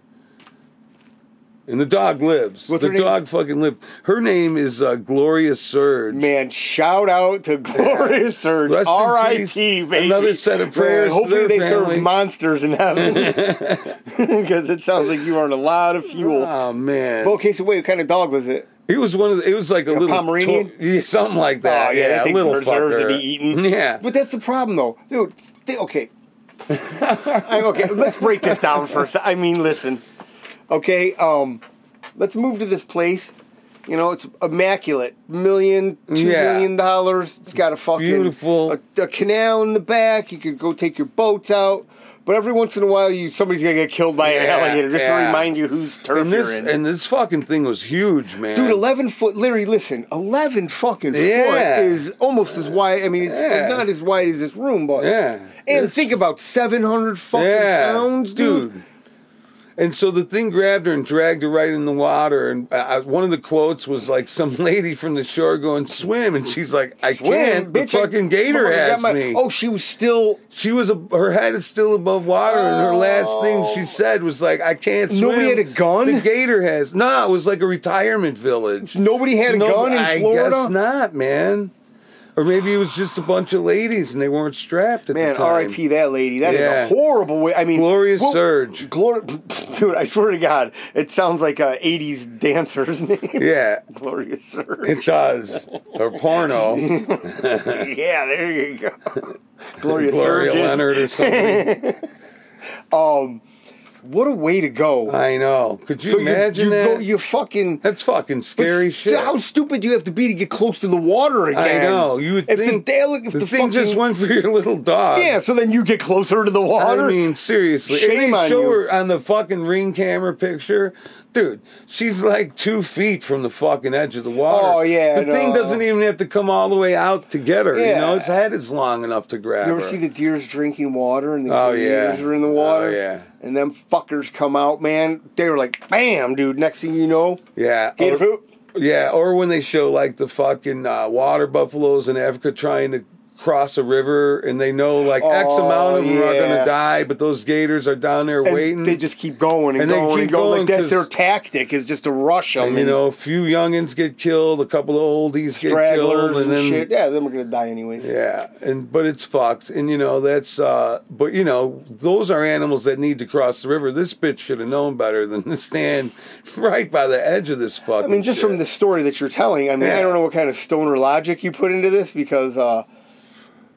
[SPEAKER 1] And the dog lives.
[SPEAKER 2] What's
[SPEAKER 1] the
[SPEAKER 2] her name?
[SPEAKER 1] dog fucking lived. Her name is uh, Gloria Surge.
[SPEAKER 2] Man, shout out to Glorious Surge.
[SPEAKER 1] Rest in
[SPEAKER 2] R.I.P.
[SPEAKER 1] peace.
[SPEAKER 2] baby.
[SPEAKER 1] Another set of prayers to
[SPEAKER 2] hopefully
[SPEAKER 1] their
[SPEAKER 2] they
[SPEAKER 1] family.
[SPEAKER 2] serve monsters in heaven. Because it sounds like you earned a lot of fuel.
[SPEAKER 1] Oh man.
[SPEAKER 2] okay, so wait, what kind of dog was it?
[SPEAKER 1] It was one of the, it was like a, little
[SPEAKER 2] Pomeranian?
[SPEAKER 1] to- yeah, something like that.
[SPEAKER 2] Oh, yeah,
[SPEAKER 1] yeah,
[SPEAKER 2] that
[SPEAKER 1] a
[SPEAKER 2] thing
[SPEAKER 1] little
[SPEAKER 2] deserves to
[SPEAKER 1] fucker.
[SPEAKER 2] be eaten.
[SPEAKER 1] Yeah,
[SPEAKER 2] But that's the problem, though, dude. th- okay, I- okay. Let's break this down first. I mean, listen. Okay, um, let's move to this place. You know, it's immaculate. Million, two million
[SPEAKER 1] Yeah.
[SPEAKER 2] dollars. It's got a fucking
[SPEAKER 1] Beautiful.
[SPEAKER 2] a, a canal in the back. You could go take your boats out. But every once in a while, you somebody's gonna get killed by an
[SPEAKER 1] Yeah,
[SPEAKER 2] alligator just to
[SPEAKER 1] yeah.
[SPEAKER 2] remind you whose turf
[SPEAKER 1] and this
[SPEAKER 2] you're in.
[SPEAKER 1] and this fucking thing was huge, man.
[SPEAKER 2] Dude, eleven foot, Larry. Listen, eleven fucking
[SPEAKER 1] Yeah.
[SPEAKER 2] foot is almost as wide. I mean, it's
[SPEAKER 1] Yeah.
[SPEAKER 2] not as wide as this room, but
[SPEAKER 1] Yeah,
[SPEAKER 2] And
[SPEAKER 1] It's-
[SPEAKER 2] think about seven hundred fucking
[SPEAKER 1] yeah,
[SPEAKER 2] pounds, dude.
[SPEAKER 1] And so the thing grabbed her and dragged her right in the water. And uh, one of the quotes was like some lady from the shore going, swim. And she's like, I can't. The
[SPEAKER 2] bitch, I-
[SPEAKER 1] fucking gator
[SPEAKER 2] Oh, I got
[SPEAKER 1] has
[SPEAKER 2] my-
[SPEAKER 1] me.
[SPEAKER 2] Oh, she was still.
[SPEAKER 1] She was, a, her head is still above water. And her last thing she said was like, I can't swim.
[SPEAKER 2] Oh. Nobody had a gun?
[SPEAKER 1] The gator has. No, it was like a retirement village.
[SPEAKER 2] Nobody had a
[SPEAKER 1] No,
[SPEAKER 2] gun in
[SPEAKER 1] I
[SPEAKER 2] Florida.
[SPEAKER 1] guess not, man. Or maybe it was just a bunch of ladies and they weren't strapped at the
[SPEAKER 2] Man,
[SPEAKER 1] time.
[SPEAKER 2] R.I.P. That lady. That is
[SPEAKER 1] Yeah.
[SPEAKER 2] a horrible way. I mean,
[SPEAKER 1] Glorious Surge.
[SPEAKER 2] Glory, dude. I swear to God, it sounds like a '80s dancer's name.
[SPEAKER 1] Yeah,
[SPEAKER 2] Glorious Surge.
[SPEAKER 1] it does. or porno.
[SPEAKER 2] yeah, there you go.
[SPEAKER 1] Gloria
[SPEAKER 2] Glorious Surge. is-
[SPEAKER 1] Leonard or something.
[SPEAKER 2] Um, what a way to go.
[SPEAKER 1] I know. Could you
[SPEAKER 2] So you-
[SPEAKER 1] imagine
[SPEAKER 2] you,
[SPEAKER 1] that?
[SPEAKER 2] Go, you fucking.
[SPEAKER 1] That's fucking scary
[SPEAKER 2] But st-
[SPEAKER 1] shit.
[SPEAKER 2] How stupid do you have to be to get close to the water
[SPEAKER 1] I
[SPEAKER 2] again?
[SPEAKER 1] know. You would
[SPEAKER 2] if
[SPEAKER 1] think
[SPEAKER 2] the, daily, if the,
[SPEAKER 1] thing just
[SPEAKER 2] fucking-
[SPEAKER 1] went for your little dog.
[SPEAKER 2] Yeah, so then you get closer to the water.
[SPEAKER 1] I mean, seriously. And
[SPEAKER 2] Shame
[SPEAKER 1] they
[SPEAKER 2] on
[SPEAKER 1] show
[SPEAKER 2] you.
[SPEAKER 1] her on the fucking ring camera picture. Dude, she's like two feet from the fucking edge of the water.
[SPEAKER 2] Oh, yeah,
[SPEAKER 1] The thing
[SPEAKER 2] no.
[SPEAKER 1] doesn't even have to come all the way out to get her. You
[SPEAKER 2] Yeah.
[SPEAKER 1] know, its head is long enough to grab
[SPEAKER 2] you ever
[SPEAKER 1] her.
[SPEAKER 2] see the deers drinking water and the
[SPEAKER 1] Oh, yeah.
[SPEAKER 2] deers are in the water?
[SPEAKER 1] Oh, yeah.
[SPEAKER 2] And them fuckers come out, man. They were like, bam, dude. Next thing you know,
[SPEAKER 1] yeah.
[SPEAKER 2] gator
[SPEAKER 1] or-
[SPEAKER 2] poop.
[SPEAKER 1] Yeah, or when they show like the fucking uh, water buffaloes in Africa trying to cross a river and they know like X
[SPEAKER 2] Oh,
[SPEAKER 1] amount of them are going
[SPEAKER 2] yeah.
[SPEAKER 1] to die, but those gators are down there
[SPEAKER 2] And
[SPEAKER 1] waiting.
[SPEAKER 2] they just keep going and,
[SPEAKER 1] And they
[SPEAKER 2] going and
[SPEAKER 1] keep
[SPEAKER 2] going.
[SPEAKER 1] going
[SPEAKER 2] like that's their
[SPEAKER 1] 'cause-
[SPEAKER 2] tactic is just to rush them.
[SPEAKER 1] and, you know, a few youngins get killed, a couple of oldies get
[SPEAKER 2] stragglers
[SPEAKER 1] killed, and
[SPEAKER 2] and,
[SPEAKER 1] then
[SPEAKER 2] shit. Yeah, then we're gonna die anyways.
[SPEAKER 1] Yeah, and but it's fucked, and you know that's. uh But you know those are animals that need to cross the river. This bitch should have known better than to stand right by the edge of this fucking.
[SPEAKER 2] I mean, just from the story that you're telling, I mean, I
[SPEAKER 1] Yeah.
[SPEAKER 2] don't know what kind of stoner logic you put into this because, uh,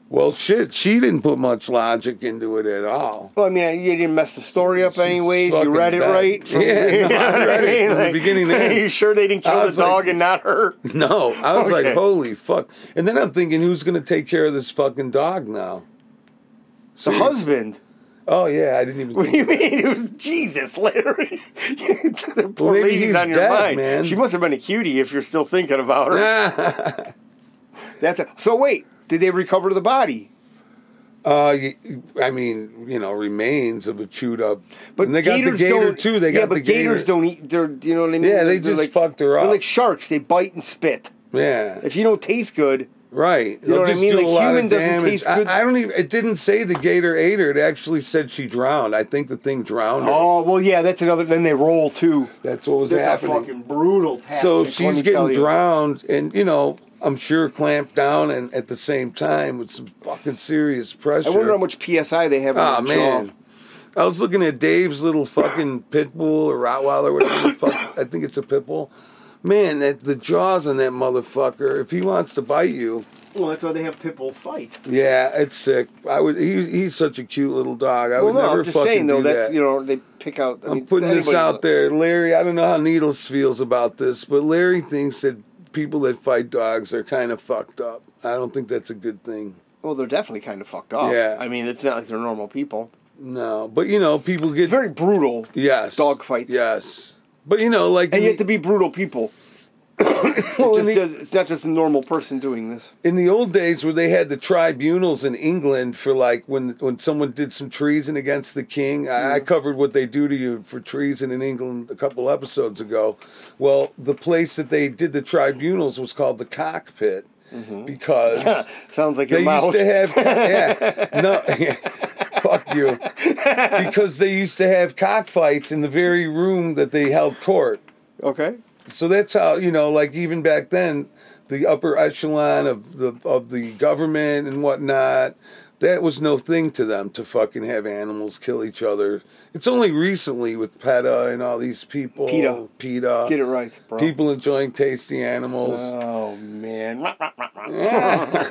[SPEAKER 1] Well, shit, she didn't put much logic into it at all.
[SPEAKER 2] well, I mean, you didn't mess the story up anyways. You
[SPEAKER 1] fucking
[SPEAKER 2] read it
[SPEAKER 1] bad.
[SPEAKER 2] right.
[SPEAKER 1] Yeah, no, I read it from the beginning to end.
[SPEAKER 2] Are you sure they didn't
[SPEAKER 1] I
[SPEAKER 2] kill the
[SPEAKER 1] was like-
[SPEAKER 2] dog and not her?
[SPEAKER 1] No, I was
[SPEAKER 2] Okay.
[SPEAKER 1] like, holy fuck! And then I'm thinking, who's gonna take care of this fucking dog now?
[SPEAKER 2] The
[SPEAKER 1] See?
[SPEAKER 2] husband.
[SPEAKER 1] Oh yeah, I didn't even.
[SPEAKER 2] What do you mean? It was Jesus, Larry. the poor
[SPEAKER 1] maybe
[SPEAKER 2] lady's
[SPEAKER 1] he's
[SPEAKER 2] on your
[SPEAKER 1] dead,
[SPEAKER 2] mind.
[SPEAKER 1] man.
[SPEAKER 2] She must have been a cutie if you're still thinking about her.
[SPEAKER 1] Ah.
[SPEAKER 2] That's a, so. Wait, did they recover the body?
[SPEAKER 1] Uh, y- I mean, you know, remains of a chewed up.
[SPEAKER 2] But
[SPEAKER 1] and they got the
[SPEAKER 2] gators
[SPEAKER 1] gator
[SPEAKER 2] don't,
[SPEAKER 1] too. They
[SPEAKER 2] yeah,
[SPEAKER 1] got
[SPEAKER 2] but
[SPEAKER 1] the gator.
[SPEAKER 2] gators don't eat. They're you know what I mean.
[SPEAKER 1] Yeah,
[SPEAKER 2] They're-
[SPEAKER 1] they
[SPEAKER 2] they're
[SPEAKER 1] just
[SPEAKER 2] like-
[SPEAKER 1] fucked her
[SPEAKER 2] They're
[SPEAKER 1] up.
[SPEAKER 2] like sharks. They bite and spit.
[SPEAKER 1] Yeah.
[SPEAKER 2] If you don't taste good,
[SPEAKER 1] Right.
[SPEAKER 2] know
[SPEAKER 1] They'll
[SPEAKER 2] what I
[SPEAKER 1] just
[SPEAKER 2] mean?
[SPEAKER 1] do
[SPEAKER 2] Like,
[SPEAKER 1] a lot
[SPEAKER 2] human
[SPEAKER 1] of
[SPEAKER 2] doesn't
[SPEAKER 1] damage.
[SPEAKER 2] taste
[SPEAKER 1] I-
[SPEAKER 2] good.
[SPEAKER 1] I, don't even. It didn't say the gator ate her. It actually said she drowned. I think the thing drowned her.
[SPEAKER 2] oh well, yeah, that's another. Then they roll too.
[SPEAKER 1] That's what was
[SPEAKER 2] That's a
[SPEAKER 1] happening.
[SPEAKER 2] fucking brutal. Tactic,
[SPEAKER 1] so
[SPEAKER 2] let me
[SPEAKER 1] she's getting
[SPEAKER 2] tell you.
[SPEAKER 1] drowned, and you know, I'm sure clamped down, and at the same time with some fucking serious pressure.
[SPEAKER 2] I wonder how much psi they have.
[SPEAKER 1] Oh
[SPEAKER 2] on their jaw.
[SPEAKER 1] man. I was looking at Dave's little fucking pit bull or Rottweiler, whatever the fuck. I think it's a pit bull. Man, that the jaws on that motherfucker. If he wants to bite you,
[SPEAKER 2] Well, that's why they have pit bulls fight.
[SPEAKER 1] yeah, it's sick. I would. He, he's such a cute little dog. I
[SPEAKER 2] Well,
[SPEAKER 1] would
[SPEAKER 2] no,
[SPEAKER 1] never
[SPEAKER 2] I'm just
[SPEAKER 1] fucking
[SPEAKER 2] saying though.
[SPEAKER 1] do
[SPEAKER 2] That's
[SPEAKER 1] that.
[SPEAKER 2] you know they pick out. I
[SPEAKER 1] I'm
[SPEAKER 2] mean,
[SPEAKER 1] putting this
[SPEAKER 2] anybody-
[SPEAKER 1] out there, Larry. I don't know how Needles feels about this, but Larry thinks that people that fight dogs are kind of fucked up. I don't think that's a good thing.
[SPEAKER 2] Well, they're definitely kind of fucked up.
[SPEAKER 1] Yeah.
[SPEAKER 2] I mean, it's not like they're normal people.
[SPEAKER 1] No, but you know, people get
[SPEAKER 2] It's very brutal,
[SPEAKER 1] yes
[SPEAKER 2] dog fights.
[SPEAKER 1] Yes, but you know, like in
[SPEAKER 2] and you
[SPEAKER 1] the-
[SPEAKER 2] have to be brutal people.
[SPEAKER 1] Well,
[SPEAKER 2] Just
[SPEAKER 1] in the-
[SPEAKER 2] does, it's not just a normal person doing this.
[SPEAKER 1] in the old days where they had the tribunals in England for like when when someone did some treason against the king, I, I covered what they do to you for treason in England a couple episodes ago. Well, the place that they did the tribunals was called the cockpit because
[SPEAKER 2] Sounds like your
[SPEAKER 1] they
[SPEAKER 2] mouth.
[SPEAKER 1] used to have yeah no fuck you because they used to have cockfights in the very room that they held court.
[SPEAKER 2] okay.
[SPEAKER 1] So that's how you know, like even back then, the upper echelon of the of the government and whatnot, that was no thing to them to fucking have animals kill each other. It's only recently with PETA and all these people,
[SPEAKER 2] PETA.
[SPEAKER 1] PETA,
[SPEAKER 2] Get it right, bro.
[SPEAKER 1] people enjoying tasty animals.
[SPEAKER 2] Oh man. Rah, rah, rah, rah.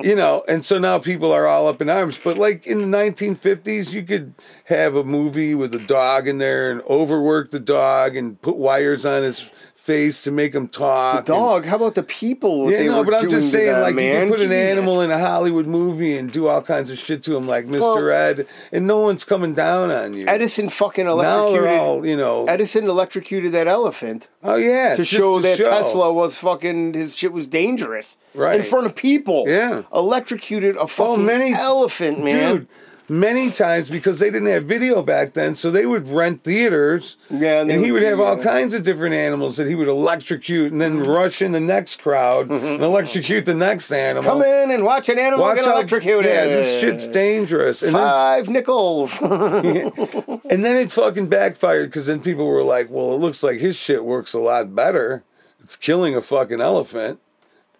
[SPEAKER 1] you know, and so now people are all up in arms. But like in the 1950s, you could have a movie with a dog in there and overwork the dog and put wires on his face to make him talk. and-
[SPEAKER 2] Dog, how about the people? what
[SPEAKER 1] yeah,
[SPEAKER 2] they
[SPEAKER 1] no,
[SPEAKER 2] were
[SPEAKER 1] but I'm
[SPEAKER 2] doing to
[SPEAKER 1] just saying,
[SPEAKER 2] them,
[SPEAKER 1] like, you
[SPEAKER 2] man?
[SPEAKER 1] can put an
[SPEAKER 2] Jesus.
[SPEAKER 1] animal in a Hollywood movie and do all kinds of shit to him, like Mr.
[SPEAKER 2] Well-
[SPEAKER 1] Ed, and no one's coming down on you.
[SPEAKER 2] Edison fucking
[SPEAKER 1] now they're
[SPEAKER 2] electrocuted.
[SPEAKER 1] all, you know.
[SPEAKER 2] Edison electrocuted that elephant
[SPEAKER 1] oh, yeah.
[SPEAKER 2] to
[SPEAKER 1] just
[SPEAKER 2] show that
[SPEAKER 1] show.
[SPEAKER 2] Tesla was fucking his shit was dangerous
[SPEAKER 1] Right.
[SPEAKER 2] in front of people.
[SPEAKER 1] Yeah.
[SPEAKER 2] electrocuted a fucking
[SPEAKER 1] many-
[SPEAKER 2] elephant, man.
[SPEAKER 1] Dude, many times because they didn't have video back then, so they would rent theaters.
[SPEAKER 2] Yeah,
[SPEAKER 1] and,
[SPEAKER 2] and they
[SPEAKER 1] he
[SPEAKER 2] would
[SPEAKER 1] would have
[SPEAKER 2] do
[SPEAKER 1] all
[SPEAKER 2] that.
[SPEAKER 1] kinds of different animals that he would electrocute and then rush in the next crowd and electrocute the next animal.
[SPEAKER 2] Mm-hmm. Come in and watch an animal
[SPEAKER 1] Watch
[SPEAKER 2] get
[SPEAKER 1] out!
[SPEAKER 2] electrocuted.
[SPEAKER 1] Yeah, this shit's dangerous. And then,
[SPEAKER 2] Five nickels.
[SPEAKER 1] and then it fucking backfired because then people were like, "Well, it looks like his shit works a lot better. It's killing a fucking elephant.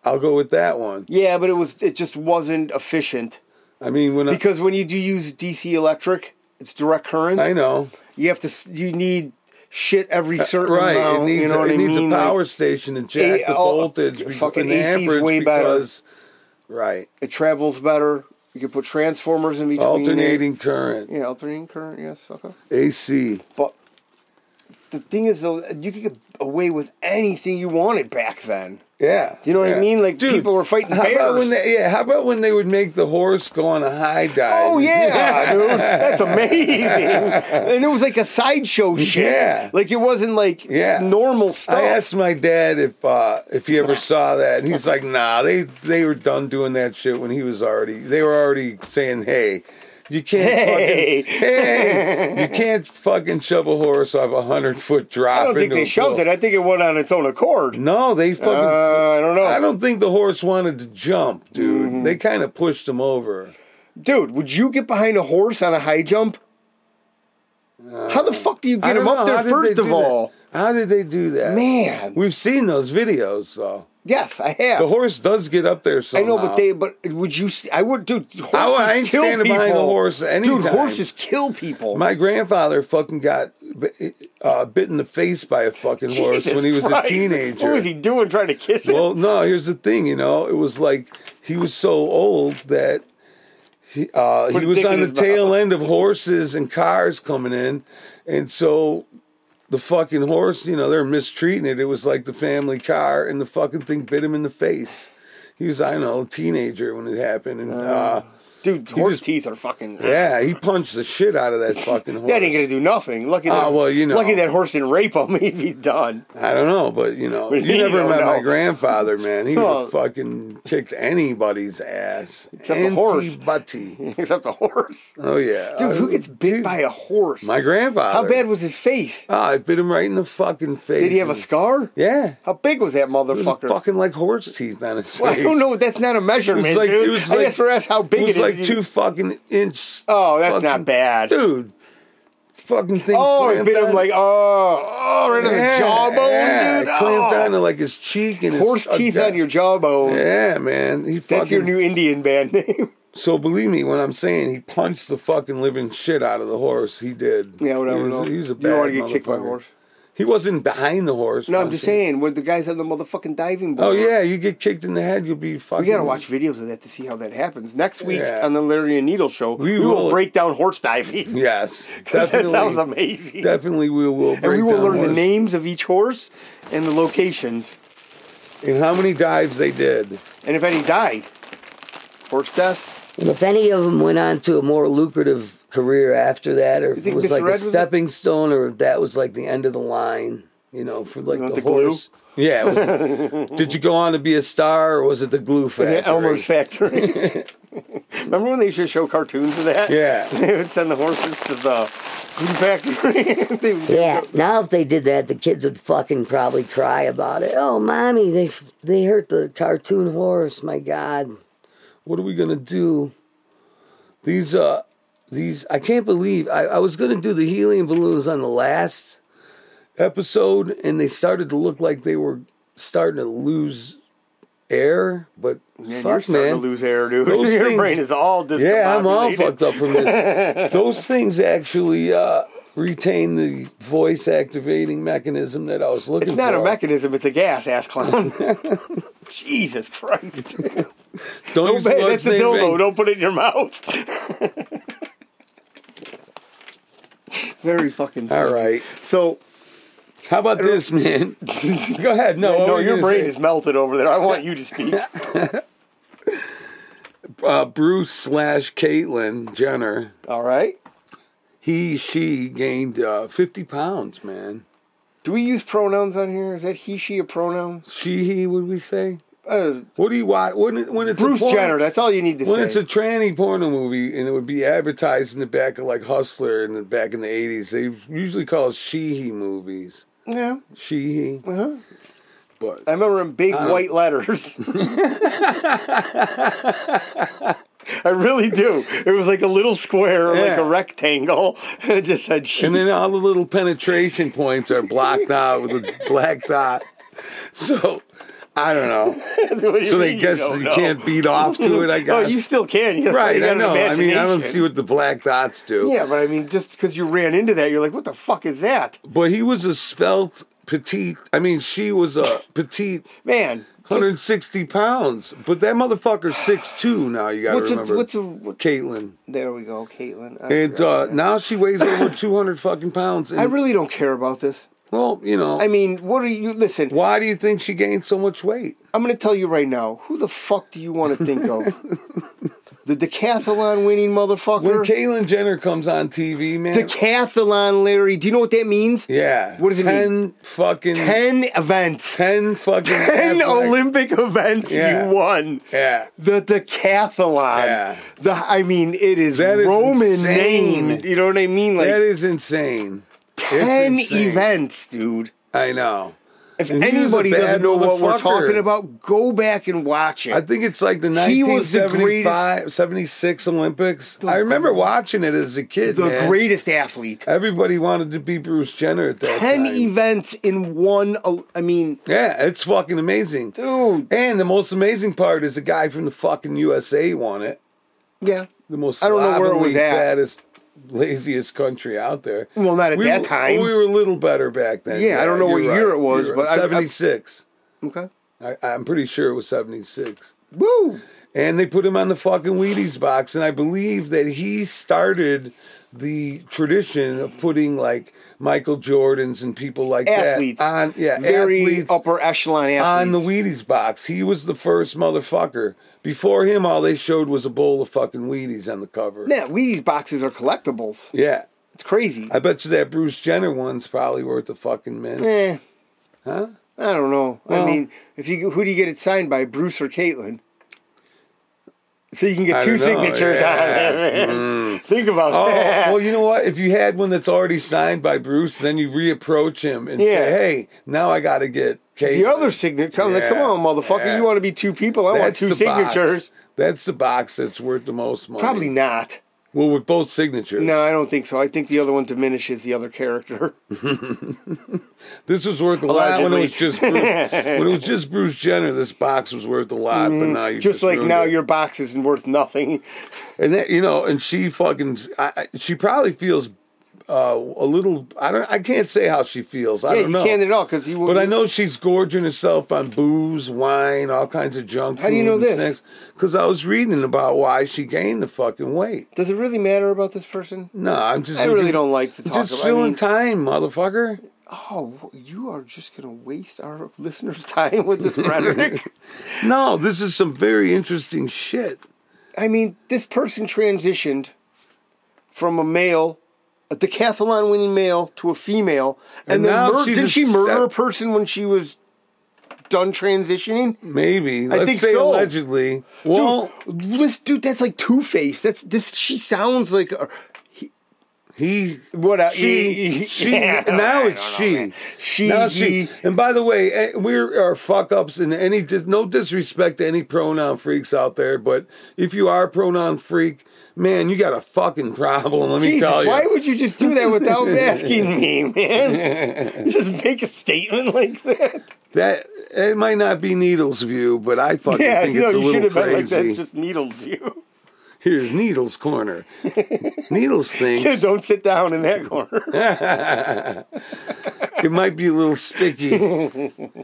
[SPEAKER 1] I'll go with that one."
[SPEAKER 2] yeah, but it was it just wasn't efficient
[SPEAKER 1] I mean, when I-
[SPEAKER 2] because when you do use DC electric, it's direct current.
[SPEAKER 1] I know,
[SPEAKER 2] You have to s- you need shit every certain
[SPEAKER 1] right?
[SPEAKER 2] amount.
[SPEAKER 1] it needs
[SPEAKER 2] you know
[SPEAKER 1] it
[SPEAKER 2] what I
[SPEAKER 1] needs
[SPEAKER 2] mean?
[SPEAKER 1] a power
[SPEAKER 2] Like,
[SPEAKER 1] station to jack
[SPEAKER 2] A-
[SPEAKER 1] the
[SPEAKER 2] oh,
[SPEAKER 1] voltage, beca-
[SPEAKER 2] fucking
[SPEAKER 1] and the
[SPEAKER 2] AC 's
[SPEAKER 1] amperage
[SPEAKER 2] way better.
[SPEAKER 1] because, right,
[SPEAKER 2] it travels better. You can put transformers in between. it.
[SPEAKER 1] alternating current,
[SPEAKER 2] Yeah, alternating current. Yes. Okay.
[SPEAKER 1] AC.
[SPEAKER 2] But the thing is, though, you could get away with anything you wanted back then.
[SPEAKER 1] Yeah.
[SPEAKER 2] You know what I
[SPEAKER 1] yeah.
[SPEAKER 2] mean? Like,
[SPEAKER 1] Dude,
[SPEAKER 2] people were fighting
[SPEAKER 1] how About
[SPEAKER 2] bears.
[SPEAKER 1] when they, yeah, how about when they would make the horse go on a high dive?
[SPEAKER 2] Oh yeah, dude, that's amazing. And it was like a sideshow shit.
[SPEAKER 1] Yeah.
[SPEAKER 2] Like it wasn't like
[SPEAKER 1] Yeah.
[SPEAKER 2] normal stuff.
[SPEAKER 1] I asked my dad if uh, if he ever saw that, and he's like, "Nah, they they were done doing that shit when he was already. They were already saying, hey, you can't
[SPEAKER 2] Hey.
[SPEAKER 1] fucking hey, you can't fucking shove a horse off a hundred foot drop."
[SPEAKER 2] I don't think they shoved it. I think it went on its own accord.
[SPEAKER 1] No, they fucking.
[SPEAKER 2] Uh, I don't know.
[SPEAKER 1] I don't think the horse wanted to jump, dude.
[SPEAKER 2] Mm-hmm.
[SPEAKER 1] They kind of pushed him over.
[SPEAKER 2] Dude, would you get behind a horse on a high jump? How the fuck do you
[SPEAKER 1] Uh, I
[SPEAKER 2] get
[SPEAKER 1] don't
[SPEAKER 2] him
[SPEAKER 1] know.
[SPEAKER 2] up
[SPEAKER 1] How
[SPEAKER 2] there
[SPEAKER 1] did they
[SPEAKER 2] first
[SPEAKER 1] do
[SPEAKER 2] of
[SPEAKER 1] that?
[SPEAKER 2] all?
[SPEAKER 1] How did they do that?
[SPEAKER 2] Man.
[SPEAKER 1] We've seen those videos though.
[SPEAKER 2] Yes, I have.
[SPEAKER 1] The horse does get up there
[SPEAKER 2] I
[SPEAKER 1] somehow.
[SPEAKER 2] know, but they. But would you? See, I would, dude. Horses
[SPEAKER 1] I ain't
[SPEAKER 2] kill
[SPEAKER 1] standing
[SPEAKER 2] people.
[SPEAKER 1] behind a horse
[SPEAKER 2] Dude,
[SPEAKER 1] anytime.
[SPEAKER 2] horses kill people.
[SPEAKER 1] My grandfather fucking got bi- uh, bit in the face by a fucking horse
[SPEAKER 2] Jesus
[SPEAKER 1] when he was
[SPEAKER 2] Christ.
[SPEAKER 1] a teenager.
[SPEAKER 2] What was he doing? Trying to kiss it?
[SPEAKER 1] Well, no, here's the thing, you know, it was like he was so old that he, uh,
[SPEAKER 2] Put
[SPEAKER 1] he
[SPEAKER 2] a
[SPEAKER 1] was
[SPEAKER 2] dick in
[SPEAKER 1] on the
[SPEAKER 2] his mouth.
[SPEAKER 1] tail end of horses and cars coming in, and so the fucking horse, you know, they're mistreating it. It was like the family car, and the fucking thing bit him in the face. He was, I don't know, a teenager when it happened, and
[SPEAKER 2] Ah.
[SPEAKER 1] uh,
[SPEAKER 2] Dude, horse
[SPEAKER 1] just-
[SPEAKER 2] teeth are fucking.
[SPEAKER 1] yeah, he punched the shit out of that fucking horse.
[SPEAKER 2] That ain't gonna do nothing. Lucky. That,
[SPEAKER 1] Ah, well, you know.
[SPEAKER 2] Lucky that horse didn't rape him. He'd be done.
[SPEAKER 1] I don't know, but you know,
[SPEAKER 2] But
[SPEAKER 1] you
[SPEAKER 2] you
[SPEAKER 1] never
[SPEAKER 2] don't
[SPEAKER 1] met my
[SPEAKER 2] know.
[SPEAKER 1] grandfather, man. He would
[SPEAKER 2] Oh.
[SPEAKER 1] have fucking kicked anybody's ass.
[SPEAKER 2] Except the horse.
[SPEAKER 1] Butty.
[SPEAKER 2] Except the horse.
[SPEAKER 1] Oh yeah,
[SPEAKER 2] Dude, who
[SPEAKER 1] I-
[SPEAKER 2] gets bit by a horse?
[SPEAKER 1] My grandfather.
[SPEAKER 2] How bad was his face?
[SPEAKER 1] Ah, I bit him right in the fucking face.
[SPEAKER 2] Did he have a scar?
[SPEAKER 1] Yeah,
[SPEAKER 2] How big was that
[SPEAKER 1] it was
[SPEAKER 2] motherfucker?
[SPEAKER 1] fucking like horse teeth on his face.
[SPEAKER 2] Well, I don't know. That's not a
[SPEAKER 1] It
[SPEAKER 2] measurement,
[SPEAKER 1] was like
[SPEAKER 2] dude.
[SPEAKER 1] it was
[SPEAKER 2] I
[SPEAKER 1] like
[SPEAKER 2] guess we're asked how big
[SPEAKER 1] it
[SPEAKER 2] it
[SPEAKER 1] was
[SPEAKER 2] is.
[SPEAKER 1] like two fucking inch.
[SPEAKER 2] Oh, that's
[SPEAKER 1] fucking-
[SPEAKER 2] not bad.
[SPEAKER 1] dude. Fucking thing.
[SPEAKER 2] Oh, it
[SPEAKER 1] clamped
[SPEAKER 2] bit him
[SPEAKER 1] on-
[SPEAKER 2] like oh, oh, right on the
[SPEAKER 1] Yeah,
[SPEAKER 2] jawbone,
[SPEAKER 1] yeah,
[SPEAKER 2] dude.
[SPEAKER 1] it Clamped
[SPEAKER 2] Oh.
[SPEAKER 1] onto like his cheek and his-
[SPEAKER 2] horse
[SPEAKER 1] uh,
[SPEAKER 2] teeth
[SPEAKER 1] yeah.
[SPEAKER 2] on your jawbone.
[SPEAKER 1] Yeah, man. He
[SPEAKER 2] That's your
[SPEAKER 1] fucking-
[SPEAKER 2] new Indian band name.
[SPEAKER 1] So believe me when I'm saying he punched the fucking living shit out of the horse. He did.
[SPEAKER 2] yeah,
[SPEAKER 1] He
[SPEAKER 2] whatever.
[SPEAKER 1] was,
[SPEAKER 2] no.
[SPEAKER 1] he was a
[SPEAKER 2] you don't
[SPEAKER 1] bad
[SPEAKER 2] want to get kicked by a
[SPEAKER 1] motherfucker.
[SPEAKER 2] horse.
[SPEAKER 1] He wasn't behind the horse.
[SPEAKER 2] No, I'm just
[SPEAKER 1] punching.
[SPEAKER 2] saying, where the guys on the motherfucking diving board.
[SPEAKER 1] Oh yeah, you get kicked in the head, you'll be fucking.
[SPEAKER 2] We gotta watch videos of that to see how that happens. Next week
[SPEAKER 1] Yeah.
[SPEAKER 2] on the Larry and Needle show,
[SPEAKER 1] We
[SPEAKER 2] we, will
[SPEAKER 1] will.
[SPEAKER 2] break down horse diving.
[SPEAKER 1] Yes,
[SPEAKER 2] that
[SPEAKER 1] definitely.
[SPEAKER 2] sounds amazing.
[SPEAKER 1] Definitely, we will.
[SPEAKER 2] and
[SPEAKER 1] break
[SPEAKER 2] we will
[SPEAKER 1] down
[SPEAKER 2] learn the
[SPEAKER 1] horse-
[SPEAKER 2] names of each horse and the locations,
[SPEAKER 1] and how many dives they did.
[SPEAKER 2] and if any died. Horse deaths.
[SPEAKER 3] And if any of them went on to a more lucrative career after that, or if it
[SPEAKER 2] think
[SPEAKER 3] was
[SPEAKER 2] Mr.
[SPEAKER 3] like
[SPEAKER 2] Ed
[SPEAKER 3] a
[SPEAKER 2] was a-
[SPEAKER 3] stepping stone, or if that was like the end of the line, you know, for like
[SPEAKER 2] Not
[SPEAKER 3] the,
[SPEAKER 2] the glue?
[SPEAKER 3] horse.
[SPEAKER 1] Yeah. it was- did you go on to be a star, or was it the glue factory?
[SPEAKER 2] Yeah, Elmer's Factory. Remember when they used to show cartoons of that?
[SPEAKER 1] Yeah.
[SPEAKER 2] They would send the horses to the glue factory. They would-
[SPEAKER 3] Yeah. Now, if they did that, the kids would fucking probably cry about it. Oh, mommy, they f- they hurt the cartoon horse. My God.
[SPEAKER 1] what are we gonna do? These uh these I can't believe I, I was gonna do the helium balloons on the last episode and they started to look like they were starting to lose air, but
[SPEAKER 2] Man, you're
[SPEAKER 1] fuck
[SPEAKER 2] starting
[SPEAKER 1] man.
[SPEAKER 2] to lose air, dude.
[SPEAKER 1] Those
[SPEAKER 2] Your
[SPEAKER 1] things-
[SPEAKER 2] brain is all discombobulated.
[SPEAKER 1] yeah, I'm all fucked up from this. Those things actually uh retain the voice activating mechanism that I was looking
[SPEAKER 2] It's not
[SPEAKER 1] for.
[SPEAKER 2] a mechanism, it's a gas, ass clown. Jesus Christ.
[SPEAKER 1] Don't
[SPEAKER 2] Don't
[SPEAKER 1] use
[SPEAKER 2] pay-
[SPEAKER 1] the
[SPEAKER 2] that's
[SPEAKER 1] Lord's
[SPEAKER 2] a
[SPEAKER 1] name
[SPEAKER 2] dildo.
[SPEAKER 1] in vain.
[SPEAKER 2] Don't put it in your mouth. Very fucking.
[SPEAKER 1] All right.
[SPEAKER 2] So,
[SPEAKER 1] How about this, man? Go ahead. No, oh, what
[SPEAKER 2] no,
[SPEAKER 1] were you
[SPEAKER 2] your
[SPEAKER 1] gonna
[SPEAKER 2] brain
[SPEAKER 1] say?
[SPEAKER 2] is melted over there. I want you to speak.
[SPEAKER 1] uh, Bruce slash Caitlyn Jenner,
[SPEAKER 2] All right.
[SPEAKER 1] he she gained uh, fifty pounds, man.
[SPEAKER 2] Do we use pronouns on here? Is that he, she a pronoun?
[SPEAKER 1] She he would we say?
[SPEAKER 2] uh,
[SPEAKER 1] What do you watch? When, it- when it's a
[SPEAKER 2] Bruce
[SPEAKER 1] porn-
[SPEAKER 2] Jenner. That's all you need to
[SPEAKER 1] When
[SPEAKER 2] say.
[SPEAKER 1] it's a tranny porno movie and it would be advertised in the back of like Hustler in the back in the eighties, they usually call it she movies.
[SPEAKER 2] yeah,
[SPEAKER 1] she
[SPEAKER 2] uh-huh.
[SPEAKER 1] But
[SPEAKER 2] I remember in big white letters. I really do. It was like a little square, or like
[SPEAKER 1] Yeah.
[SPEAKER 2] a rectangle. It just said she.
[SPEAKER 1] and then all the little penetration points are blocked out with a black dot. So I don't know.
[SPEAKER 2] What do you
[SPEAKER 1] So they
[SPEAKER 2] mean
[SPEAKER 1] guess you,
[SPEAKER 2] don't know?
[SPEAKER 1] can't beat off to it. I
[SPEAKER 2] Oh,
[SPEAKER 1] guess.
[SPEAKER 2] you still can. You
[SPEAKER 1] right?
[SPEAKER 2] You got
[SPEAKER 1] I
[SPEAKER 2] an
[SPEAKER 1] know. I mean, I don't
[SPEAKER 2] imagination.
[SPEAKER 1] see what the black dots do.
[SPEAKER 2] Yeah, but I mean, just because you ran into that, you're like, what the fuck is that?
[SPEAKER 1] But he was a svelte petite. I mean, she was a petite.
[SPEAKER 2] Man. just-
[SPEAKER 1] 160 pounds, but that motherfucker's 6'2 now. You gotta
[SPEAKER 2] What's a,
[SPEAKER 1] remember.
[SPEAKER 2] what's a, what,
[SPEAKER 1] Caitlin.
[SPEAKER 2] there we go, Caitlin. I
[SPEAKER 1] And
[SPEAKER 2] forgot
[SPEAKER 1] uh,
[SPEAKER 2] that.
[SPEAKER 1] now she weighs over 200 fucking pounds. And,
[SPEAKER 2] I really don't care about this.
[SPEAKER 1] well, you know,
[SPEAKER 2] I mean, what are you, listen,
[SPEAKER 1] why do you think she gained so much weight?
[SPEAKER 2] I'm going to tell you right now, who the fuck do you want to think of? the decathlon winning
[SPEAKER 1] When
[SPEAKER 2] motherfucker?
[SPEAKER 1] Caitlyn Jenner comes on TV, man.
[SPEAKER 2] decathlon, Larry. Do you know what that means?
[SPEAKER 1] yeah.
[SPEAKER 2] What does it
[SPEAKER 1] 10 fucking.
[SPEAKER 2] 10 events.
[SPEAKER 1] 10 fucking.
[SPEAKER 2] 10
[SPEAKER 1] athletic-
[SPEAKER 2] Olympic events
[SPEAKER 1] Yeah.
[SPEAKER 2] you won.
[SPEAKER 1] Yeah.
[SPEAKER 2] The decathlon.
[SPEAKER 1] Yeah.
[SPEAKER 2] The I mean, it is
[SPEAKER 1] That is
[SPEAKER 2] Roman
[SPEAKER 1] insane.
[SPEAKER 2] name. You know what I mean? Like
[SPEAKER 1] that is insane.
[SPEAKER 2] ten
[SPEAKER 1] insane.
[SPEAKER 2] events, dude.
[SPEAKER 1] I know.
[SPEAKER 2] If
[SPEAKER 1] And he was a
[SPEAKER 2] anybody
[SPEAKER 1] bad
[SPEAKER 2] doesn't know what we're
[SPEAKER 1] motherfucker.
[SPEAKER 2] talking about, go back and watch it.
[SPEAKER 1] I think it's like the
[SPEAKER 2] He was the greatest-
[SPEAKER 1] 1975, 76 Olympics. I remember watching it as a kid.
[SPEAKER 2] the
[SPEAKER 1] man.
[SPEAKER 2] greatest athlete.
[SPEAKER 1] Everybody wanted to be Bruce Jenner at that
[SPEAKER 2] Ten
[SPEAKER 1] time.
[SPEAKER 2] events in one. o- I mean,
[SPEAKER 1] yeah, it's fucking amazing.
[SPEAKER 2] dude.
[SPEAKER 1] And the most amazing part is the guy from the fucking USA won it.
[SPEAKER 2] Yeah.
[SPEAKER 1] The most
[SPEAKER 2] I don't know where it was
[SPEAKER 1] slovenly,
[SPEAKER 2] at.
[SPEAKER 1] fattest, laziest country out there.
[SPEAKER 2] Well, not at
[SPEAKER 1] We
[SPEAKER 2] that
[SPEAKER 1] were-
[SPEAKER 2] time.
[SPEAKER 1] We were a little better back then.
[SPEAKER 2] Yeah, I don't know what
[SPEAKER 1] you're
[SPEAKER 2] year it was,
[SPEAKER 1] You're
[SPEAKER 2] but I- I-
[SPEAKER 1] seventy six.
[SPEAKER 2] okay.
[SPEAKER 1] I, I'm pretty sure it was seventy six.
[SPEAKER 2] Woo.
[SPEAKER 1] And they put him on the fucking Wheaties box, and I believe that he started the tradition of putting like Michael Jordans and people like
[SPEAKER 2] Athletes.
[SPEAKER 1] that on yeah
[SPEAKER 2] Very
[SPEAKER 1] athletes
[SPEAKER 2] upper echelon athletes.
[SPEAKER 1] on the Wheaties box. He was the first motherfucker. Before him, all they showed was a bowl of fucking Wheaties on the cover.
[SPEAKER 2] yeah, Wheaties boxes are collectibles.
[SPEAKER 1] Yeah.
[SPEAKER 2] It's crazy.
[SPEAKER 1] I bet you that Bruce Jenner one's probably worth a fucking mint.
[SPEAKER 2] eh.
[SPEAKER 1] Huh?
[SPEAKER 2] I don't know.
[SPEAKER 1] Well-
[SPEAKER 2] I mean, if you who do you get it signed by, Bruce or Caitlin? So you can get
[SPEAKER 1] I
[SPEAKER 2] two
[SPEAKER 1] don't know,
[SPEAKER 2] signatures
[SPEAKER 1] yeah.
[SPEAKER 2] on that, man. Think about
[SPEAKER 1] Oh,
[SPEAKER 2] that.
[SPEAKER 1] well, you know what? If you had one that's already signed by Bruce, then you reapproach him and
[SPEAKER 2] Yeah.
[SPEAKER 1] say, hey, now I got to get Kate.
[SPEAKER 2] the other signature, come,
[SPEAKER 1] Yeah,
[SPEAKER 2] come on, motherfucker!
[SPEAKER 1] yeah.
[SPEAKER 2] You want to be two people? I want two signatures.
[SPEAKER 1] Box. That's the box that's worth the most money.
[SPEAKER 2] Probably not.
[SPEAKER 1] Well, with both signatures.
[SPEAKER 2] No, I don't think so. I think the other one diminishes the other character.
[SPEAKER 1] This was worth a lot when it was
[SPEAKER 2] Allegedly. Mm-hmm.
[SPEAKER 1] just Bruce, when it was just Bruce Jenner. This box was worth a lot, but now you
[SPEAKER 2] Just like
[SPEAKER 1] ruined
[SPEAKER 2] now,
[SPEAKER 1] it.
[SPEAKER 2] your box isn't worth nothing.
[SPEAKER 1] and that, you know, and she fucking I, I- she probably feels uh, a little. I don't. I can't say how she feels. I
[SPEAKER 2] Yeah,
[SPEAKER 1] don't
[SPEAKER 2] you
[SPEAKER 1] know.
[SPEAKER 2] can't at all because you.
[SPEAKER 1] but I know she's gorging herself on booze, wine, all kinds of junk.
[SPEAKER 2] How do you know this?
[SPEAKER 1] Because I was reading about why she gained the fucking weight.
[SPEAKER 2] Does it really matter about this person?
[SPEAKER 1] No, I'm just.
[SPEAKER 2] I really don't like to talk
[SPEAKER 1] Just
[SPEAKER 2] about. I
[SPEAKER 1] filling
[SPEAKER 2] mean,
[SPEAKER 1] time, motherfucker.
[SPEAKER 2] Oh, you are just going to waste our listeners' time with this rhetoric.
[SPEAKER 1] No, this is some very interesting shit.
[SPEAKER 2] I mean, this person transitioned from a male, a decathlon winning male, to a female. And,
[SPEAKER 1] And
[SPEAKER 2] then
[SPEAKER 1] now
[SPEAKER 2] mur-
[SPEAKER 1] she's
[SPEAKER 2] didn't
[SPEAKER 1] a
[SPEAKER 2] she murder
[SPEAKER 1] sep-
[SPEAKER 2] a person when she was done transitioning?
[SPEAKER 1] Maybe. Let's
[SPEAKER 2] think
[SPEAKER 1] say
[SPEAKER 2] so.
[SPEAKER 1] allegedly. Well,
[SPEAKER 2] dude, this dude, that's like Two Face. That's this. She sounds like a,
[SPEAKER 1] he
[SPEAKER 2] what? A,
[SPEAKER 1] she she
[SPEAKER 2] Yeah,
[SPEAKER 1] now
[SPEAKER 2] I
[SPEAKER 1] it's
[SPEAKER 2] don't know,
[SPEAKER 1] she.
[SPEAKER 2] man. She.
[SPEAKER 1] Now it's
[SPEAKER 2] he,
[SPEAKER 1] she. And by the way, eh, we're are fuck ups and any dis- no disrespect to any pronoun freaks out there, but if you are a pronoun freak, man, you got a fucking problem. Let me
[SPEAKER 2] Jesus,
[SPEAKER 1] tell you.
[SPEAKER 2] why would you just do that without asking me, man? just make a statement like that.
[SPEAKER 1] that it might not be Needles' view, but I fucking
[SPEAKER 2] Yeah,
[SPEAKER 1] think
[SPEAKER 2] no,
[SPEAKER 1] it's a
[SPEAKER 2] you
[SPEAKER 1] little
[SPEAKER 2] should have been like
[SPEAKER 1] crazy.
[SPEAKER 2] that. It just needles you.
[SPEAKER 1] Here's Needles' corner. Needles
[SPEAKER 2] Yeah,
[SPEAKER 1] thinks
[SPEAKER 2] don't sit down in that corner.
[SPEAKER 1] it might be a little sticky. on,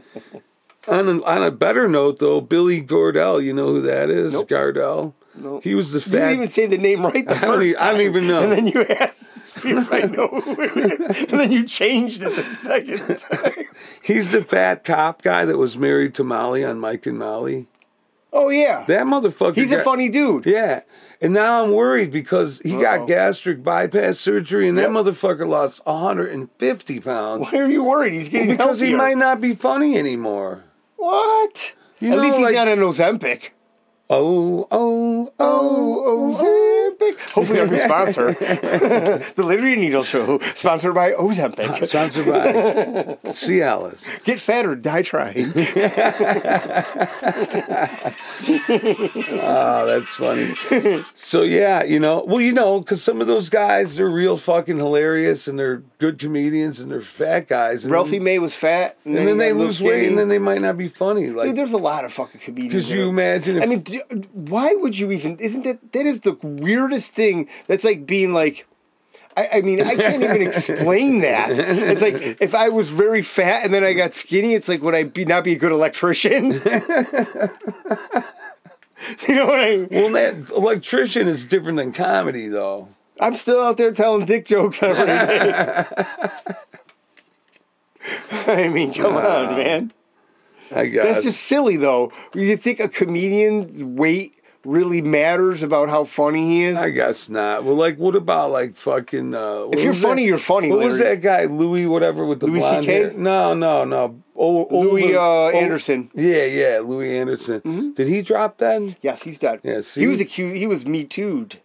[SPEAKER 1] a, on a better note, though, Billy Gordell, you know who that is?
[SPEAKER 2] Nope.
[SPEAKER 1] Gardell.
[SPEAKER 2] Nope.
[SPEAKER 1] He was the
[SPEAKER 2] You didn't
[SPEAKER 1] fat.
[SPEAKER 2] even say the name right the
[SPEAKER 1] I, don't
[SPEAKER 2] first
[SPEAKER 1] even, I don't even know.
[SPEAKER 2] And then you asked me if I know who it is. And then you changed it the second time.
[SPEAKER 1] He's the fat cop guy that was married to Molly on Mike and Molly.
[SPEAKER 2] Oh, yeah.
[SPEAKER 1] That motherfucker.
[SPEAKER 2] He's a
[SPEAKER 1] got-
[SPEAKER 2] funny dude.
[SPEAKER 1] Yeah. And now I'm worried because he
[SPEAKER 2] Uh-oh.
[SPEAKER 1] got gastric bypass surgery and that
[SPEAKER 2] Yep.
[SPEAKER 1] motherfucker lost 150 pounds
[SPEAKER 2] Why are you worried? He's getting
[SPEAKER 1] because he
[SPEAKER 2] healthier.
[SPEAKER 1] might not be funny anymore.
[SPEAKER 2] What?
[SPEAKER 1] You
[SPEAKER 2] At
[SPEAKER 1] know,
[SPEAKER 2] least he's
[SPEAKER 1] like-
[SPEAKER 2] not an Ozempic.
[SPEAKER 1] Oh, oh, oh, oh.
[SPEAKER 2] Ozempic. Hopefully, our new sponsor, the Literary Needle Show, sponsored by Ozempic.
[SPEAKER 1] Sponsored by Cialis.
[SPEAKER 2] Get fat or die trying.
[SPEAKER 1] Oh, that's funny. so yeah, you know, well, you know, because some of those guys, they're real fucking hilarious, and they're good comedians, and they're fat guys. And
[SPEAKER 2] Ralphie
[SPEAKER 1] then,
[SPEAKER 2] May was fat, and,
[SPEAKER 1] and then
[SPEAKER 2] he
[SPEAKER 1] they
[SPEAKER 2] got a little
[SPEAKER 1] lose weight,
[SPEAKER 2] skinny.
[SPEAKER 1] and then they might not be funny.
[SPEAKER 2] Dude,
[SPEAKER 1] Like,
[SPEAKER 2] there's a lot of fucking comedians.
[SPEAKER 1] could you
[SPEAKER 2] that are-
[SPEAKER 1] imagine? If,
[SPEAKER 2] I mean, d- why would you even? Isn't that that is the weirdest thing? That's like being like, I, I mean, I can't even explain that. It's like if I was very fat and then I got skinny, it's like would I be not be a good electrician? you know what I mean?
[SPEAKER 1] well, that electrician is different than comedy, though.
[SPEAKER 2] I'm still out there telling dick jokes every day. I mean, come on, man.
[SPEAKER 1] I guess.
[SPEAKER 2] That's just silly, though. You think a comedian's weight really matters about how funny he is?
[SPEAKER 1] I guess not. Well, like, what about like fucking? Uh, what
[SPEAKER 2] if you're
[SPEAKER 1] was that-
[SPEAKER 2] funny, you're funny.
[SPEAKER 1] What was
[SPEAKER 2] Larry.
[SPEAKER 1] that guy Louis whatever with the
[SPEAKER 2] Louis
[SPEAKER 1] blonde
[SPEAKER 2] CK?
[SPEAKER 1] hair? No, no, no. Oh,
[SPEAKER 2] Louis uh,
[SPEAKER 1] oh,
[SPEAKER 2] Anderson. Mm-hmm.
[SPEAKER 1] Yeah, yeah, Louis Anderson. Did he drop then?
[SPEAKER 2] Yes, he's dead.
[SPEAKER 1] Yeah,
[SPEAKER 2] he
[SPEAKER 1] see?
[SPEAKER 2] was accused. He was me too'd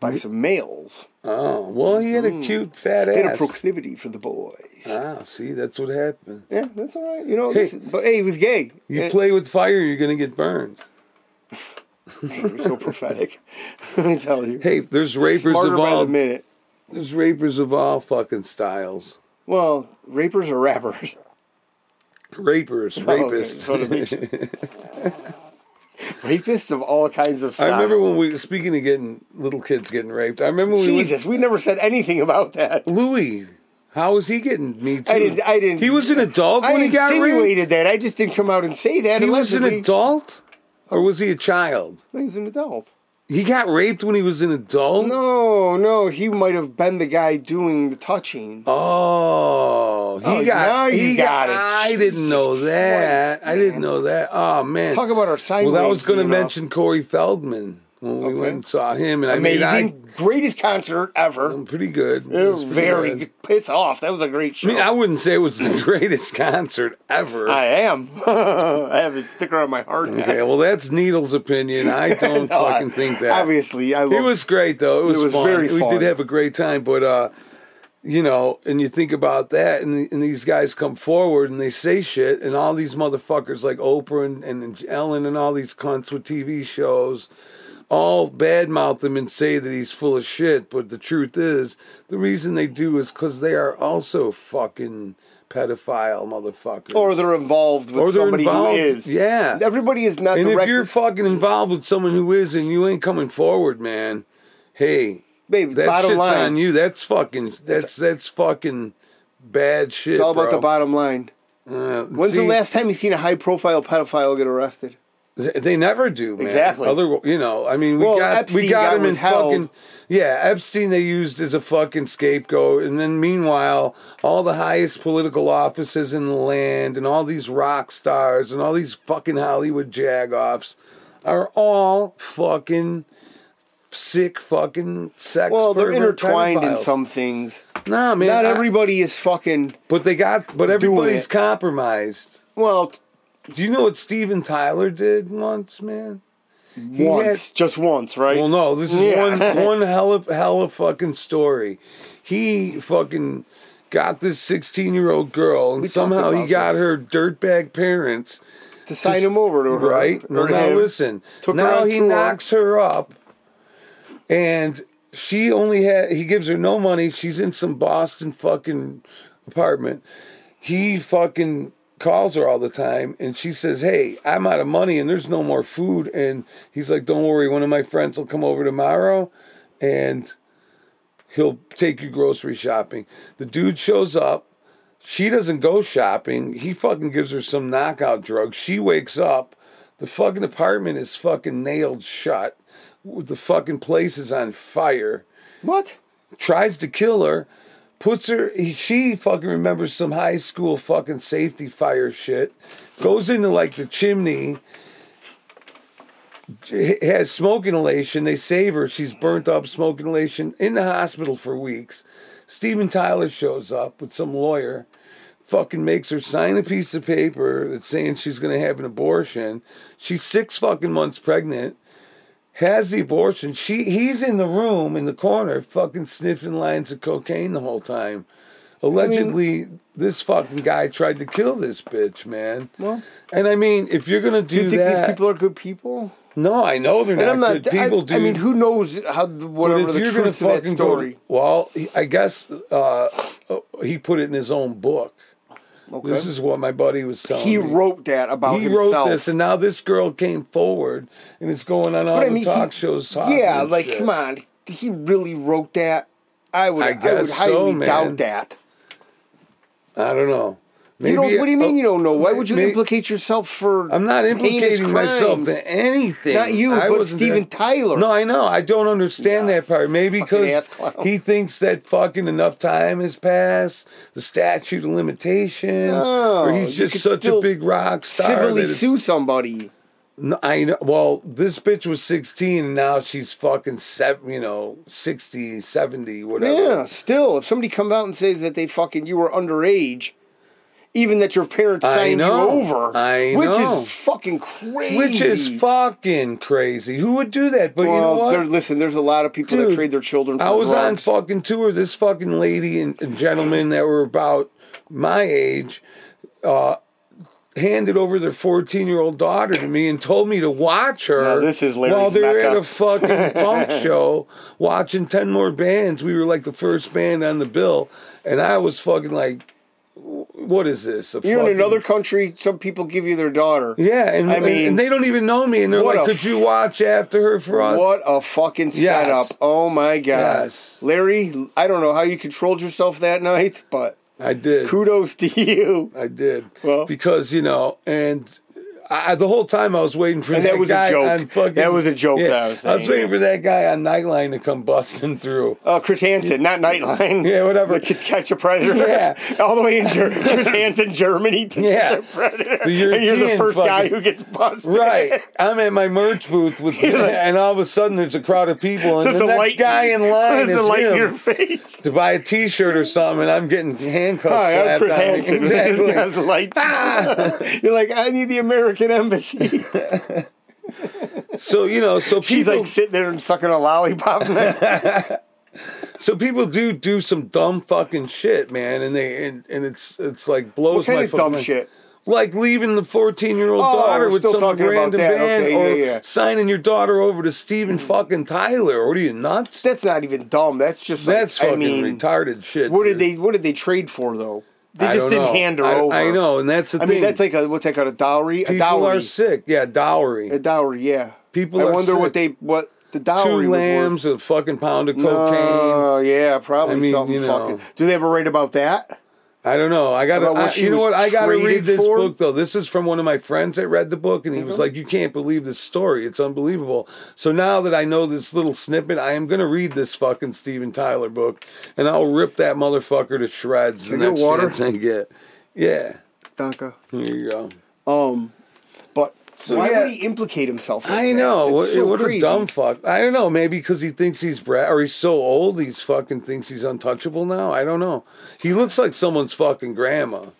[SPEAKER 2] by some males.
[SPEAKER 1] Oh, well, he had a cute fat
[SPEAKER 2] Mm. He had a
[SPEAKER 1] ass.
[SPEAKER 2] proclivity for the boys.
[SPEAKER 1] Ah, see, that's what happened.
[SPEAKER 2] yeah, that's all right. You know,
[SPEAKER 1] Hey.
[SPEAKER 2] this- but hey, he was gay.
[SPEAKER 1] You
[SPEAKER 2] Eh,
[SPEAKER 1] play with fire, you're gonna get burned.
[SPEAKER 2] you're so prophetic. Let me tell you.
[SPEAKER 1] Hey, there's rapers
[SPEAKER 2] Smarter
[SPEAKER 1] of
[SPEAKER 2] by the
[SPEAKER 1] all.
[SPEAKER 2] minute.
[SPEAKER 1] There's rapers of all fucking styles.
[SPEAKER 2] Well, rapers or rappers?
[SPEAKER 1] Rapers, rapists.
[SPEAKER 2] Oh, okay. That's what it means. rapists of all kinds of stuff.
[SPEAKER 1] I remember when we speaking of getting little kids getting raped. I remember when we went,
[SPEAKER 2] Jesus, we never said anything about that.
[SPEAKER 1] Louis. How was he getting me too?
[SPEAKER 2] I didn't. I didn't.
[SPEAKER 1] He was an adult
[SPEAKER 2] I
[SPEAKER 1] when he got raped.
[SPEAKER 2] insinuated that. I just didn't come out and say that.
[SPEAKER 1] He was an
[SPEAKER 2] allegedly.
[SPEAKER 1] adult, or was he a child?
[SPEAKER 2] He was an adult.
[SPEAKER 1] He got raped when he was an adult.
[SPEAKER 2] No, no, he might have been the guy doing the touching.
[SPEAKER 1] Oh, he
[SPEAKER 2] Oh,
[SPEAKER 1] got.
[SPEAKER 2] now you
[SPEAKER 1] he
[SPEAKER 2] got it.
[SPEAKER 1] I didn't
[SPEAKER 2] Jesus
[SPEAKER 1] know that.
[SPEAKER 2] Christ,
[SPEAKER 1] I didn't
[SPEAKER 2] man.
[SPEAKER 1] know that. Oh man.
[SPEAKER 2] Talk about our sign.
[SPEAKER 1] well, I was going to
[SPEAKER 2] waves being
[SPEAKER 1] mention Corey Feldman when we
[SPEAKER 2] Okay.
[SPEAKER 1] went and saw him, and
[SPEAKER 2] off.
[SPEAKER 1] I
[SPEAKER 2] amazing,
[SPEAKER 1] mean,
[SPEAKER 2] greatest concert
[SPEAKER 1] I,
[SPEAKER 2] ever.
[SPEAKER 1] I'm pretty good.
[SPEAKER 2] It was
[SPEAKER 1] pretty
[SPEAKER 2] very
[SPEAKER 1] good.
[SPEAKER 2] good. piss off. That was a great
[SPEAKER 1] I
[SPEAKER 2] show.
[SPEAKER 1] mean, I wouldn't say it was the greatest concert ever.
[SPEAKER 2] I am. I have a sticker on my heart. now.
[SPEAKER 1] okay, well, that's Needle's opinion. I don't
[SPEAKER 2] No, I-
[SPEAKER 1] fucking think that.
[SPEAKER 2] Obviously, I love.
[SPEAKER 1] It was great though. It was,
[SPEAKER 2] was
[SPEAKER 1] fun.
[SPEAKER 2] very
[SPEAKER 1] we
[SPEAKER 2] fun.
[SPEAKER 1] did have a great time, but uh, you know, and you think about that, and, and these guys come forward and they say shit, and all these motherfuckers like Oprah and, and Ellen and all these cunts with TV shows. All badmouth him and say that he's full of shit, but the truth is, the reason they do is because they are also fucking pedophile motherfuckers.
[SPEAKER 2] or they're involved with
[SPEAKER 1] Or they're
[SPEAKER 2] somebody
[SPEAKER 1] involved,
[SPEAKER 2] who is.
[SPEAKER 1] yeah.
[SPEAKER 2] Everybody is not
[SPEAKER 1] and if
[SPEAKER 2] direct.
[SPEAKER 1] you're fucking involved with someone who is and you ain't coming forward, man, hey,
[SPEAKER 2] Babe,
[SPEAKER 1] that
[SPEAKER 2] bottom
[SPEAKER 1] shit's
[SPEAKER 2] line.
[SPEAKER 1] on you. That's fucking. That's that's fucking bad shit.
[SPEAKER 2] It's all about the
[SPEAKER 1] bro.
[SPEAKER 2] bottom line.
[SPEAKER 1] Uh,
[SPEAKER 2] When's the
[SPEAKER 1] see,
[SPEAKER 2] last time you seen a high profile pedophile get arrested?
[SPEAKER 1] th- They never do, man.
[SPEAKER 2] Exactly.
[SPEAKER 1] Other, you know, I mean, we
[SPEAKER 2] Well,
[SPEAKER 1] got we
[SPEAKER 2] Epstein
[SPEAKER 1] got,
[SPEAKER 2] got
[SPEAKER 1] him in
[SPEAKER 2] withheld.
[SPEAKER 1] fucking. Yeah, Epstein they used as a fucking scapegoat, and then meanwhile, all the highest political offices in the land, and all these rock stars, and all these fucking Hollywood jagoffs, are all fucking sick fucking sex.
[SPEAKER 2] Well, they're
[SPEAKER 1] pervert
[SPEAKER 2] intertwined in
[SPEAKER 1] pedophiles.
[SPEAKER 2] some things.
[SPEAKER 1] Nah, man.
[SPEAKER 2] Not
[SPEAKER 1] I-
[SPEAKER 2] everybody is fucking.
[SPEAKER 1] But they got, but everybody's
[SPEAKER 2] it.
[SPEAKER 1] compromised.
[SPEAKER 2] Well, t-
[SPEAKER 1] Do you know what Steven Tyler did once, man?
[SPEAKER 2] once, just once, right?
[SPEAKER 1] Well, no, this is
[SPEAKER 2] Yeah.
[SPEAKER 1] one one hell of hell of fucking story. He fucking got this sixteen year old girl, and
[SPEAKER 2] We talked
[SPEAKER 1] somehow he
[SPEAKER 2] about
[SPEAKER 1] got
[SPEAKER 2] this.
[SPEAKER 1] her dirtbag parents
[SPEAKER 2] to sign him over to her,
[SPEAKER 1] right? Well,
[SPEAKER 2] Or
[SPEAKER 1] now
[SPEAKER 2] him.
[SPEAKER 1] listen.
[SPEAKER 2] Took her
[SPEAKER 1] now
[SPEAKER 2] on
[SPEAKER 1] he
[SPEAKER 2] tour.
[SPEAKER 1] knocks her up, and she only had. He gives her no money. She's in some Boston fucking apartment. He fucking calls her all the time, and she says, "Hey, I'm out of money, and there's no more food." And he's like, "Don't worry, one of my friends will come over tomorrow, and." He'll take you grocery shopping. The dude shows up. She doesn't go shopping. He fucking gives her some knockout drug. She wakes up. The fucking apartment is fucking nailed shut. The fucking place is on fire.
[SPEAKER 2] What?
[SPEAKER 1] Tries to kill her. Puts her. He, she fucking remembers some high school fucking safety fire shit. Goes into like the chimney. h- Has smoke inhalation. They save her. She's burnt up, smoke inhalation, in the hospital for weeks. Steven Tyler shows up with some lawyer fucking makes her sign a piece of paper that's saying she's going to have an abortion. She's six fucking months pregnant, has the abortion. She he's in the room in the corner, fucking sniffing lines of cocaine the whole time. Allegedly, this fucking guy tried to kill this bitch, man.
[SPEAKER 2] Well-
[SPEAKER 1] and I mean, if you're gonna do,
[SPEAKER 2] Do you think
[SPEAKER 1] that,
[SPEAKER 2] these people are good people?
[SPEAKER 1] no, I know they're
[SPEAKER 2] And
[SPEAKER 1] not,
[SPEAKER 2] I'm not.
[SPEAKER 1] good people,
[SPEAKER 2] I, I
[SPEAKER 1] dude.
[SPEAKER 2] mean, who knows how the-
[SPEAKER 1] But
[SPEAKER 2] whatever
[SPEAKER 1] if
[SPEAKER 2] the
[SPEAKER 1] you're
[SPEAKER 2] truth
[SPEAKER 1] gonna
[SPEAKER 2] of that
[SPEAKER 1] fucking go-
[SPEAKER 2] story?
[SPEAKER 1] well, he- I guess uh, uh, he put it in his own book.
[SPEAKER 2] Okay.
[SPEAKER 1] This is what my buddy was telling
[SPEAKER 2] he
[SPEAKER 1] me.
[SPEAKER 2] wrote that about
[SPEAKER 1] he
[SPEAKER 2] himself.
[SPEAKER 1] wrote this, and now this girl came forward and is going on all
[SPEAKER 2] But
[SPEAKER 1] the talk
[SPEAKER 2] he-
[SPEAKER 1] shows talking.
[SPEAKER 2] Yeah,
[SPEAKER 1] and
[SPEAKER 2] like
[SPEAKER 1] shit.
[SPEAKER 2] come on, he really wrote that. I would,
[SPEAKER 1] I
[SPEAKER 2] I,
[SPEAKER 1] guess
[SPEAKER 2] would
[SPEAKER 1] so,
[SPEAKER 2] highly
[SPEAKER 1] man.
[SPEAKER 2] doubt that.
[SPEAKER 1] I don't know. oh,
[SPEAKER 2] you don't. What do you mean you don't know? Why would you
[SPEAKER 1] may-
[SPEAKER 2] implicate yourself for?
[SPEAKER 1] I'm not
[SPEAKER 2] heinous
[SPEAKER 1] implicating myself
[SPEAKER 2] crimes?
[SPEAKER 1] in anything.
[SPEAKER 2] Not you,
[SPEAKER 1] I
[SPEAKER 2] but
[SPEAKER 1] wasn't
[SPEAKER 2] Steven
[SPEAKER 1] there.
[SPEAKER 2] Tyler.
[SPEAKER 1] No, I know. I don't understand
[SPEAKER 2] Yeah.
[SPEAKER 1] that part. Maybe
[SPEAKER 2] Fucking
[SPEAKER 1] because
[SPEAKER 2] ass clown.
[SPEAKER 1] he thinks that fucking enough time has passed, the statute of limitations, or
[SPEAKER 2] No,
[SPEAKER 1] he's
[SPEAKER 2] you
[SPEAKER 1] just
[SPEAKER 2] could
[SPEAKER 1] such a
[SPEAKER 2] still
[SPEAKER 1] big rock star. that
[SPEAKER 2] civilly
[SPEAKER 1] it's-
[SPEAKER 2] sue somebody.
[SPEAKER 1] No, I know. Well, this bitch was 16 and now she's fucking, seven, you know, 60, 70, whatever.
[SPEAKER 2] Yeah, still, if somebody comes out and says that they fucking you were underage, even that your parents
[SPEAKER 1] I
[SPEAKER 2] signed
[SPEAKER 1] know.
[SPEAKER 2] you over,
[SPEAKER 1] I
[SPEAKER 2] which
[SPEAKER 1] know.
[SPEAKER 2] is fucking crazy.
[SPEAKER 1] Which is fucking crazy. Who would do that? But
[SPEAKER 2] Well,
[SPEAKER 1] you know
[SPEAKER 2] there-
[SPEAKER 1] what?
[SPEAKER 2] listen, there's a lot of people
[SPEAKER 1] Dude,
[SPEAKER 2] that trade their children. For
[SPEAKER 1] I was on
[SPEAKER 2] drugs.
[SPEAKER 1] fucking tour. This fucking lady and, and gentleman that were about my age uh, handed over their 14 year old daughter to me and told me to watch her
[SPEAKER 2] Now, this is Larry's
[SPEAKER 1] while they were at
[SPEAKER 2] Mecca.
[SPEAKER 1] a fucking punk show watching 10 more bands. We were like the first band on the bill. And I was fucking like, what is this? A
[SPEAKER 2] You're
[SPEAKER 1] fucking-
[SPEAKER 2] in another country. Some people give you their daughter.
[SPEAKER 1] Yeah, and,
[SPEAKER 2] I
[SPEAKER 1] and-
[SPEAKER 2] mean,
[SPEAKER 1] and they don't even know me, and they're
[SPEAKER 2] what
[SPEAKER 1] like,
[SPEAKER 2] a
[SPEAKER 1] "Could you watch after her for us?"
[SPEAKER 2] What a fucking
[SPEAKER 1] Yes.
[SPEAKER 2] setup! Oh my god,
[SPEAKER 1] Yes.
[SPEAKER 2] Larry. I don't know how you controlled yourself that night, but
[SPEAKER 1] I did.
[SPEAKER 2] kudos to you.
[SPEAKER 1] I did.
[SPEAKER 2] Well-
[SPEAKER 1] because you know, and I, the whole time I was waiting for
[SPEAKER 2] And
[SPEAKER 1] that,
[SPEAKER 2] that was a
[SPEAKER 1] guy
[SPEAKER 2] joke.
[SPEAKER 1] on fucking.
[SPEAKER 2] That was a joke that I was
[SPEAKER 1] I was
[SPEAKER 2] saying,
[SPEAKER 1] waiting
[SPEAKER 2] yeah.
[SPEAKER 1] for that guy on Nightline to come busting through.
[SPEAKER 2] Uh, Chris Hansen, not Nightline.
[SPEAKER 1] Yeah, whatever.
[SPEAKER 2] The Kid catch a predator.
[SPEAKER 1] Yeah.
[SPEAKER 2] all the way in Ger- Chris Hansen, Germany to
[SPEAKER 1] Yeah.
[SPEAKER 2] catch a predator.
[SPEAKER 1] The
[SPEAKER 2] and you're the
[SPEAKER 1] European
[SPEAKER 2] first guy
[SPEAKER 1] fucking-
[SPEAKER 2] who gets busted.
[SPEAKER 1] Right, I'm at my merch booth with, and all of a sudden there's a crowd of people, and
[SPEAKER 2] There's
[SPEAKER 1] the,
[SPEAKER 2] a
[SPEAKER 1] next
[SPEAKER 2] light-
[SPEAKER 1] guy in line
[SPEAKER 2] There's
[SPEAKER 1] is
[SPEAKER 2] a light in
[SPEAKER 1] him
[SPEAKER 2] your face.
[SPEAKER 1] to buy a T-shirt or something, and I'm getting handcuffs
[SPEAKER 2] Hi, I'm
[SPEAKER 1] slapped
[SPEAKER 2] Chris
[SPEAKER 1] on me.
[SPEAKER 2] Hansen.
[SPEAKER 1] Exactly. Ah!
[SPEAKER 2] There's a light. You're like, I need the American embassy.
[SPEAKER 1] So you know, so people,
[SPEAKER 2] She's like sitting there and sucking a lollipop next to
[SPEAKER 1] so people do do some dumb fucking shit, man, and they and, and it's it's like blows
[SPEAKER 2] What kind
[SPEAKER 1] my
[SPEAKER 2] of
[SPEAKER 1] fucking
[SPEAKER 2] dumb
[SPEAKER 1] mind.
[SPEAKER 2] shit?
[SPEAKER 1] like leaving the 14 year old
[SPEAKER 2] Oh,
[SPEAKER 1] daughter
[SPEAKER 2] we're
[SPEAKER 1] with
[SPEAKER 2] still
[SPEAKER 1] some
[SPEAKER 2] talking about
[SPEAKER 1] random
[SPEAKER 2] that.
[SPEAKER 1] band
[SPEAKER 2] Okay,
[SPEAKER 1] or
[SPEAKER 2] yeah, Hmm. yeah.
[SPEAKER 1] signing your daughter over to Steven fucking Tyler. What are you nuts?
[SPEAKER 2] That's not even dumb. That's just like,
[SPEAKER 1] That's fucking
[SPEAKER 2] I mean,
[SPEAKER 1] retarded shit.
[SPEAKER 2] what
[SPEAKER 1] dude.
[SPEAKER 2] did they what did they trade for though? They
[SPEAKER 1] I
[SPEAKER 2] just
[SPEAKER 1] don't
[SPEAKER 2] didn't
[SPEAKER 1] know.
[SPEAKER 2] hand her
[SPEAKER 1] I,
[SPEAKER 2] over.
[SPEAKER 1] I know, and that's the
[SPEAKER 2] I
[SPEAKER 1] thing.
[SPEAKER 2] mean, that's like a what's that called? A dowry?
[SPEAKER 1] people
[SPEAKER 2] a dowry.
[SPEAKER 1] are sick. Yeah, dowry.
[SPEAKER 2] A dowry. Yeah.
[SPEAKER 1] People
[SPEAKER 2] I
[SPEAKER 1] are
[SPEAKER 2] wonder what they
[SPEAKER 1] sick.
[SPEAKER 2] what the dowry
[SPEAKER 1] Two
[SPEAKER 2] was worth.
[SPEAKER 1] lambs, a fucking pound of cocaine.
[SPEAKER 2] Oh yeah, probably
[SPEAKER 1] I mean,
[SPEAKER 2] something
[SPEAKER 1] you know.
[SPEAKER 2] fucking. Do they ever write about that?
[SPEAKER 1] I don't know. I gotta.
[SPEAKER 2] About what
[SPEAKER 1] I,
[SPEAKER 2] she
[SPEAKER 1] you know
[SPEAKER 2] was
[SPEAKER 1] what? I gotta
[SPEAKER 2] traded
[SPEAKER 1] read this
[SPEAKER 2] for? Mm-hmm.
[SPEAKER 1] book though. This is from one of my friends that read the book, and he was like, "You can't believe this story. It's unbelievable." So now that I know this little snippet, I am gonna read this fucking Steven Tyler book, and I'll rip that motherfucker to shreds the
[SPEAKER 2] I get
[SPEAKER 1] next
[SPEAKER 2] water?
[SPEAKER 1] chance I get. Yeah,
[SPEAKER 2] Danka.
[SPEAKER 1] here you go.
[SPEAKER 2] Um, but why
[SPEAKER 1] yeah.
[SPEAKER 2] would he implicate himself? like
[SPEAKER 1] I
[SPEAKER 2] that?
[SPEAKER 1] know.
[SPEAKER 2] That's
[SPEAKER 1] What,
[SPEAKER 2] so
[SPEAKER 1] what a
[SPEAKER 2] crazy.
[SPEAKER 1] dumb fuck. I don't know. Maybe because he thinks he's Brad, or he's so old, he's fucking thinks he's untouchable now. I don't know. He looks like someone's fucking grandma.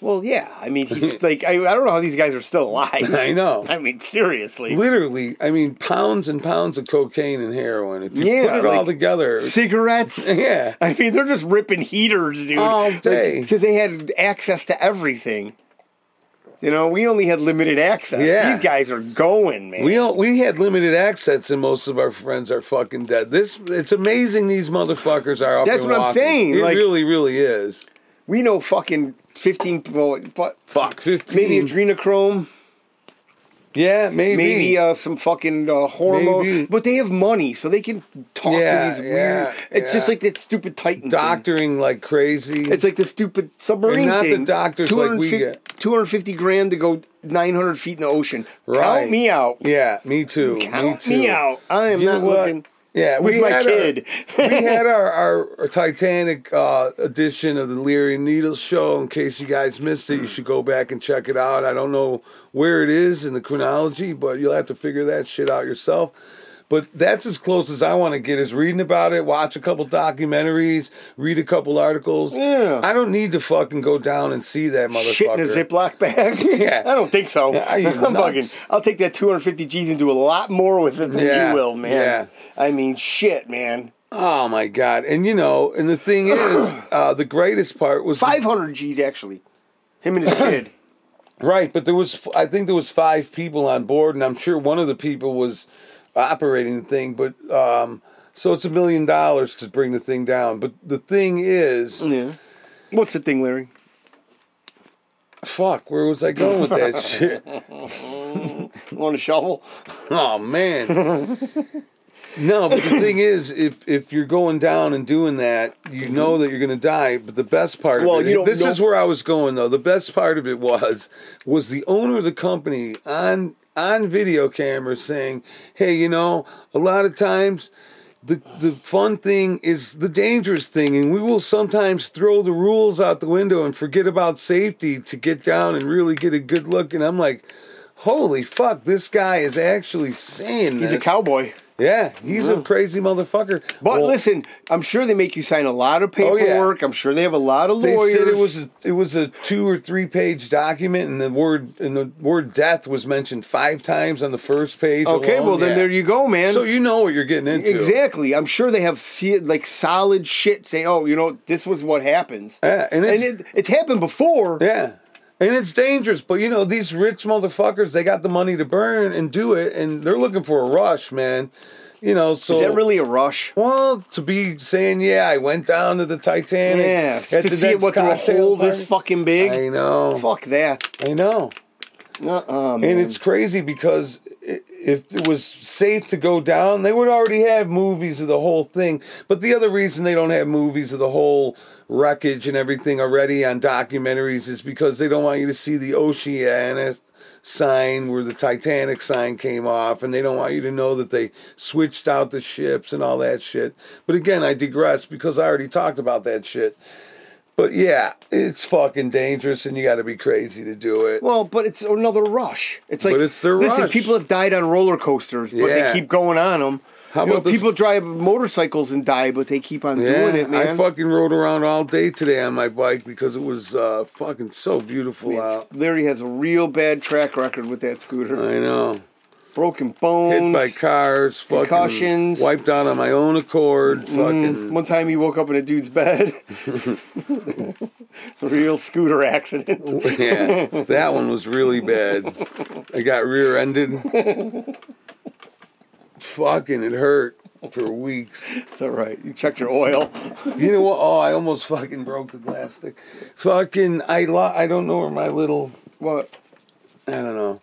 [SPEAKER 2] Well, yeah. I mean, he's like, I, I don't know how these guys are still alive.
[SPEAKER 1] I know.
[SPEAKER 2] I mean, seriously.
[SPEAKER 1] Literally, I mean, pounds and pounds of cocaine and heroin. If you
[SPEAKER 2] Yeah,
[SPEAKER 1] put it all
[SPEAKER 2] like-
[SPEAKER 1] together,
[SPEAKER 2] Cigarettes.
[SPEAKER 1] yeah.
[SPEAKER 2] I mean, they're just ripping heaters, dude.
[SPEAKER 1] All day.
[SPEAKER 2] Because they had access to everything. You know, we only had limited access.
[SPEAKER 1] Yeah.
[SPEAKER 2] These guys are going, man.
[SPEAKER 1] We all, we had limited access, and most of our friends are fucking dead. This it's amazing these motherfuckers are. Up
[SPEAKER 2] That's
[SPEAKER 1] and
[SPEAKER 2] what I'm
[SPEAKER 1] walking.
[SPEAKER 2] saying,
[SPEAKER 1] It
[SPEAKER 2] like-
[SPEAKER 1] really, really is.
[SPEAKER 2] we know fucking 15, well, but
[SPEAKER 1] Fuck, fifteen.
[SPEAKER 2] maybe adrenochrome,
[SPEAKER 1] yeah, Hmm. maybe.
[SPEAKER 2] maybe uh, some fucking uh, hormone.
[SPEAKER 1] Maybe.
[SPEAKER 2] But they have money, so they can talk
[SPEAKER 1] Yeah,
[SPEAKER 2] to these
[SPEAKER 1] yeah,
[SPEAKER 2] weird. It's just
[SPEAKER 1] yeah.
[SPEAKER 2] like that stupid Titan. thing.
[SPEAKER 1] doctoring like crazy.
[SPEAKER 2] It's like the stupid submarine
[SPEAKER 1] And not the
[SPEAKER 2] thing.
[SPEAKER 1] doctors like we
[SPEAKER 2] 250
[SPEAKER 1] get.
[SPEAKER 2] 250 grand to go 900 feet in the ocean.
[SPEAKER 1] Right.
[SPEAKER 2] Count me out.
[SPEAKER 1] yeah, me too. me
[SPEAKER 2] Count
[SPEAKER 1] too.
[SPEAKER 2] me, out. I am
[SPEAKER 1] You know
[SPEAKER 2] not
[SPEAKER 1] what?
[SPEAKER 2] looking.
[SPEAKER 1] Yeah,
[SPEAKER 2] with
[SPEAKER 1] we
[SPEAKER 2] my
[SPEAKER 1] had
[SPEAKER 2] kid.
[SPEAKER 1] Our, we had our, our, our Titanic uh, edition of the Leary and Needles show. In case you guys missed it, you should go back and check it out. I don't know where it is in the chronology, but you'll have to figure that shit out yourself. But that's as close as I want to get is reading about it, watch a couple documentaries, read a couple articles.
[SPEAKER 2] Yeah.
[SPEAKER 1] I don't need to fucking go down and see that motherfucker.
[SPEAKER 2] Shit in a Ziploc bag?
[SPEAKER 1] Yeah.
[SPEAKER 2] I don't think so.
[SPEAKER 1] Yeah, are you
[SPEAKER 2] I'm
[SPEAKER 1] nuts?
[SPEAKER 2] fucking. I'll take that 250 G's and do a lot more with it than
[SPEAKER 1] Yeah,
[SPEAKER 2] you will, man.
[SPEAKER 1] yeah.
[SPEAKER 2] I mean, shit, man.
[SPEAKER 1] Oh my god! And you know, and the thing is, uh, the greatest part was
[SPEAKER 2] 500 G's actually. Him and his kid.
[SPEAKER 1] right, but there was I think there was five people on board, and I'm sure one of the people was operating the thing. But um, so it's a million dollars to bring the thing down. But the thing is,
[SPEAKER 2] Yeah. What's the thing, Larry?
[SPEAKER 1] fuck, where was I going with that shit?
[SPEAKER 2] Want a shovel?
[SPEAKER 1] Oh man. No, but the thing is, if if you're going down and doing that, you know that you're going to die. But the best part,
[SPEAKER 2] Well,
[SPEAKER 1] of it,
[SPEAKER 2] you don't
[SPEAKER 1] this
[SPEAKER 2] know-
[SPEAKER 1] is where I was going though. The best part of it was was the owner of the company on on video camera saying, "Hey, you know, a lot of times." The, the fun thing is the dangerous thing, and we will sometimes throw the rules out the window and forget about safety to get down and really get a good look. And I'm like, holy fuck, this guy is actually saying
[SPEAKER 2] He's a
[SPEAKER 1] this.
[SPEAKER 2] cowboy.
[SPEAKER 1] Yeah, he's a crazy motherfucker.
[SPEAKER 2] But
[SPEAKER 1] Well,
[SPEAKER 2] listen, I'm sure they make you sign a lot of
[SPEAKER 1] Oh, yeah.
[SPEAKER 2] paperwork. I'm sure they have a lot of
[SPEAKER 1] they
[SPEAKER 2] lawyers.
[SPEAKER 1] said it was a, it was a two or three page document, and the word and the word death was mentioned five times on the first page.
[SPEAKER 2] okay,
[SPEAKER 1] alone.
[SPEAKER 2] well, then
[SPEAKER 1] Yeah.
[SPEAKER 2] there you go, man.
[SPEAKER 1] So you know what you're getting into.
[SPEAKER 2] Exactly. I'm sure they have se- like solid shit saying, "Oh, you know, this was what happens."
[SPEAKER 1] Yeah, and
[SPEAKER 2] and
[SPEAKER 1] it's
[SPEAKER 2] it, it's happened before.
[SPEAKER 1] yeah, and it's dangerous. But you know these rich motherfuckers, they got the money to burn and do it, and they're looking for a rush, man. You know, so
[SPEAKER 2] Is that really a rush?
[SPEAKER 1] Well, to be saying, yeah, I went down to the Titanic.
[SPEAKER 2] Yeah,
[SPEAKER 1] at
[SPEAKER 2] to
[SPEAKER 1] the
[SPEAKER 2] see
[SPEAKER 1] next
[SPEAKER 2] what through a
[SPEAKER 1] cocktail
[SPEAKER 2] hole this
[SPEAKER 1] party."
[SPEAKER 2] fucking big.
[SPEAKER 1] I know.
[SPEAKER 2] Fuck that.
[SPEAKER 1] I know.
[SPEAKER 2] Uh-uh, man.
[SPEAKER 1] And it's crazy because i- if it was safe to go down, they would already have movies of the whole thing. But the other reason they don't have movies of the whole wreckage and everything already on documentaries is because they don't want you to see the Oceana sign where the Titanic sign came off, and they don't want you to know that they switched out the ships and all that shit. But again, I digress because I already talked about that shit. But yeah, it's fucking dangerous, and you got to be crazy to do it.
[SPEAKER 2] well, but it's another rush. It's like
[SPEAKER 1] But it's their
[SPEAKER 2] listen,
[SPEAKER 1] rush.
[SPEAKER 2] people have died on roller coasters, but
[SPEAKER 1] Yeah.
[SPEAKER 2] they keep going on them.
[SPEAKER 1] How about this-
[SPEAKER 2] people drive motorcycles and die, but they keep on doing it, man.
[SPEAKER 1] I fucking rode around all day today on my bike because it was uh, fucking so beautiful
[SPEAKER 2] It's-
[SPEAKER 1] out.
[SPEAKER 2] Larry has a real bad track record with that scooter.
[SPEAKER 1] I know.
[SPEAKER 2] Broken
[SPEAKER 1] Hit
[SPEAKER 2] bones.
[SPEAKER 1] by cars, fucking
[SPEAKER 2] Concussions.
[SPEAKER 1] wiped out on my own accord,
[SPEAKER 2] Mm,
[SPEAKER 1] fucking
[SPEAKER 2] One time he woke up in a dude's bed. Real scooter accident.
[SPEAKER 1] yeah. That one was really bad. I got rear-ended. fucking it hurt for weeks.
[SPEAKER 2] It's all right. You checked your oil.
[SPEAKER 1] You know what? Oh, I almost fucking broke the glass stick. Fucking I lo- I don't know where my little
[SPEAKER 2] What?
[SPEAKER 1] I don't know.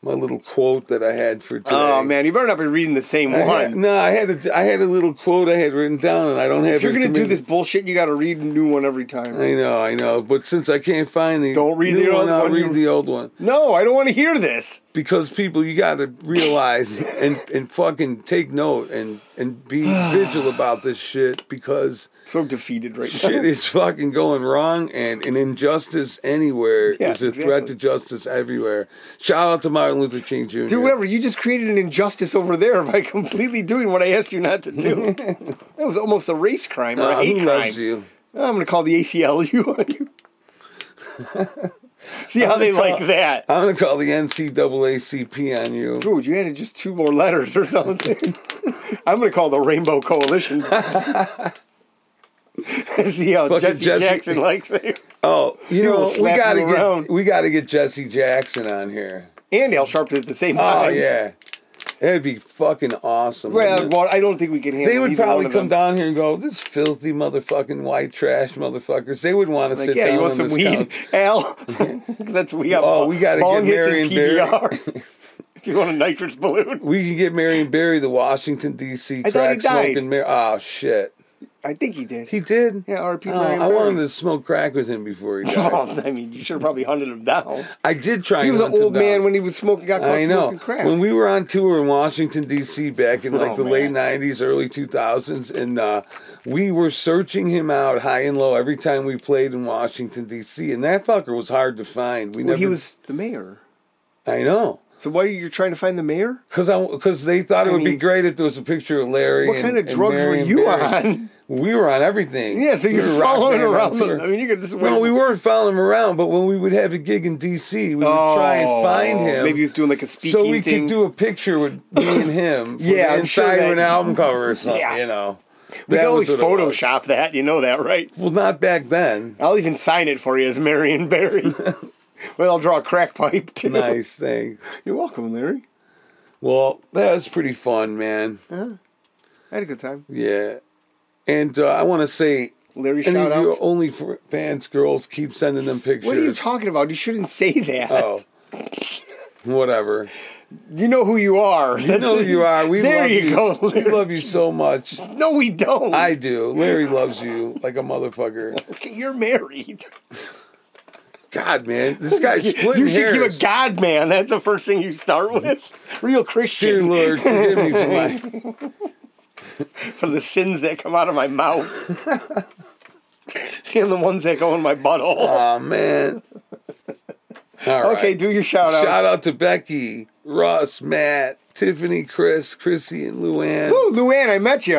[SPEAKER 1] My little quote that I had for today.
[SPEAKER 2] Oh man, you better not be reading the same
[SPEAKER 1] I had-
[SPEAKER 2] one.
[SPEAKER 1] no, I had a, I had a little quote I had written down, and I don't have.
[SPEAKER 2] If you're
[SPEAKER 1] it
[SPEAKER 2] gonna do this
[SPEAKER 1] committed.
[SPEAKER 2] bullshit, you gotta read a new one every time.
[SPEAKER 1] I know, I know, but since I can't find the
[SPEAKER 2] Don't read
[SPEAKER 1] new
[SPEAKER 2] the old
[SPEAKER 1] one, I'll
[SPEAKER 2] one.
[SPEAKER 1] read the old one
[SPEAKER 2] No, I don't want to hear this.
[SPEAKER 1] because people, you got to realize and and fucking take note and and be vigilant about this shit because
[SPEAKER 2] So defeated right now.
[SPEAKER 1] shit is fucking going wrong, and an injustice anywhere
[SPEAKER 2] Yeah,
[SPEAKER 1] is a threat
[SPEAKER 2] exactly.
[SPEAKER 1] to justice everywhere. Shout out to Martin Luther King Jr.
[SPEAKER 2] Do whatever. You just created an injustice over there by completely doing what I asked you not to do. that was almost a race crime or a
[SPEAKER 1] Uh,
[SPEAKER 2] hate
[SPEAKER 1] who
[SPEAKER 2] crime.
[SPEAKER 1] loves you?
[SPEAKER 2] I'm gonna call the ACLU on you. See how they like that.
[SPEAKER 1] I'm gonna call the NCAACP on you.
[SPEAKER 2] Dude, you added just two more letters or something. I'm going to call the Rainbow Coalition. See how
[SPEAKER 1] Fucking
[SPEAKER 2] Jesse,
[SPEAKER 1] Jesse-
[SPEAKER 2] Jackson likes it.
[SPEAKER 1] Oh, you
[SPEAKER 2] will
[SPEAKER 1] know, we
[SPEAKER 2] slap
[SPEAKER 1] gotta
[SPEAKER 2] you
[SPEAKER 1] get
[SPEAKER 2] around.
[SPEAKER 1] we gotta get Jesse Jackson on here.
[SPEAKER 2] And Al Sharpton at the same
[SPEAKER 1] Oh
[SPEAKER 2] time.
[SPEAKER 1] yeah, that'd be fucking awesome.
[SPEAKER 2] Well,
[SPEAKER 1] wouldn't it?
[SPEAKER 2] well, I don't think we can handle
[SPEAKER 1] they would
[SPEAKER 2] either
[SPEAKER 1] probably
[SPEAKER 2] one of
[SPEAKER 1] come
[SPEAKER 2] them.
[SPEAKER 1] down here and go, "This filthy motherfucking white trash motherfuckers." They would want to sit
[SPEAKER 2] Like, yeah,
[SPEAKER 1] down
[SPEAKER 2] you want
[SPEAKER 1] on
[SPEAKER 2] some
[SPEAKER 1] this
[SPEAKER 2] weed,
[SPEAKER 1] couch.
[SPEAKER 2] Al? That's we have.
[SPEAKER 1] Oh, we gotta
[SPEAKER 2] long
[SPEAKER 1] get
[SPEAKER 2] hits and
[SPEAKER 1] Marion Barry.
[SPEAKER 2] PBR. you want a nitrous balloon?
[SPEAKER 1] We could get Marion Barry, the Washington D.C.
[SPEAKER 2] I thought he
[SPEAKER 1] crack smoking.
[SPEAKER 2] died.
[SPEAKER 1] Mar- oh shit,
[SPEAKER 2] I think he did.
[SPEAKER 1] he did.
[SPEAKER 2] yeah, R.P.
[SPEAKER 1] Oh,
[SPEAKER 2] Marion
[SPEAKER 1] I
[SPEAKER 2] Barry.
[SPEAKER 1] wanted to smoke crack with him before he died.
[SPEAKER 2] Oh, I mean, you should have probably hunted him down.
[SPEAKER 1] I did try.
[SPEAKER 2] He
[SPEAKER 1] and
[SPEAKER 2] was an
[SPEAKER 1] hunt him
[SPEAKER 2] old man
[SPEAKER 1] down.
[SPEAKER 2] when he was smoking. Got caught
[SPEAKER 1] I know.
[SPEAKER 2] smoking crack.
[SPEAKER 1] When we were on tour in Washington D.C. back in like
[SPEAKER 2] Oh,
[SPEAKER 1] the
[SPEAKER 2] man.
[SPEAKER 1] late '90s, early 2000s, and uh, we were searching him out high and low every time we played in Washington D.C. And that fucker was hard to find. We
[SPEAKER 2] Well,
[SPEAKER 1] never.
[SPEAKER 2] he was the mayor.
[SPEAKER 1] I know.
[SPEAKER 2] So why are you trying to find the mayor?
[SPEAKER 1] Because because they thought it would be
[SPEAKER 2] mean-
[SPEAKER 1] great if there was a picture of Larry.
[SPEAKER 2] What
[SPEAKER 1] and-
[SPEAKER 2] kind of
[SPEAKER 1] and
[SPEAKER 2] drugs were
[SPEAKER 1] Mary and
[SPEAKER 2] you
[SPEAKER 1] Barry.
[SPEAKER 2] on?
[SPEAKER 1] We were on everything.
[SPEAKER 2] Yeah, so
[SPEAKER 1] We
[SPEAKER 2] you're
[SPEAKER 1] were rock
[SPEAKER 2] following
[SPEAKER 1] band on
[SPEAKER 2] around.
[SPEAKER 1] tour.
[SPEAKER 2] Them. I mean, you could just
[SPEAKER 1] no, we weren't following him around, but when we would have a gig in D.C., we would try and find him.
[SPEAKER 2] Oh, Maybe he was doing like a speaking
[SPEAKER 1] so we
[SPEAKER 2] thing.
[SPEAKER 1] could do a picture with me and him. for
[SPEAKER 2] Yeah,
[SPEAKER 1] the
[SPEAKER 2] I'm sure
[SPEAKER 1] inside of
[SPEAKER 2] that-
[SPEAKER 1] an album cover or something.
[SPEAKER 2] Yeah.
[SPEAKER 1] You know,
[SPEAKER 2] we
[SPEAKER 1] That
[SPEAKER 2] could always
[SPEAKER 1] was what it was.
[SPEAKER 2] Photoshop that. You know that, right?
[SPEAKER 1] Well, not back then.
[SPEAKER 2] I'll even sign it for you as Marion Barry. well, I'll draw a crack pipe too.
[SPEAKER 1] Nice thing.
[SPEAKER 2] You're welcome, Larry.
[SPEAKER 1] Well, that was pretty fun, man.
[SPEAKER 2] I had a good time.
[SPEAKER 1] Yeah, and uh, I want to say.
[SPEAKER 2] Larry,
[SPEAKER 1] Any of
[SPEAKER 2] shout out.
[SPEAKER 1] you only fans, girls, keep sending them pictures.
[SPEAKER 2] What are you talking about? You shouldn't say that.
[SPEAKER 1] Oh, whatever.
[SPEAKER 2] You know who you are. You
[SPEAKER 1] know who you are. We
[SPEAKER 2] there
[SPEAKER 1] love
[SPEAKER 2] you
[SPEAKER 1] you.
[SPEAKER 2] go.
[SPEAKER 1] We
[SPEAKER 2] Larry.
[SPEAKER 1] love you so much.
[SPEAKER 2] No, we don't.
[SPEAKER 1] I do. Larry loves you like a motherfucker.
[SPEAKER 2] Okay, you're married.
[SPEAKER 1] God, man, this guy's splitting
[SPEAKER 2] You should
[SPEAKER 1] hairs. Mm-hmm.
[SPEAKER 2] give a God man. That's the first thing you start with. Real
[SPEAKER 1] Dear
[SPEAKER 2] Christian
[SPEAKER 1] Lord, forgive me for my.
[SPEAKER 2] for the sins that come out of my mouth and the ones that go in my butthole.
[SPEAKER 1] Oh man. All right.
[SPEAKER 2] okay, do your shout out.
[SPEAKER 1] Shout out to Becky, Russ, Matt, Tiffany, Chris, Chrissy, and Luann.
[SPEAKER 2] Ooh, Luann, I met you.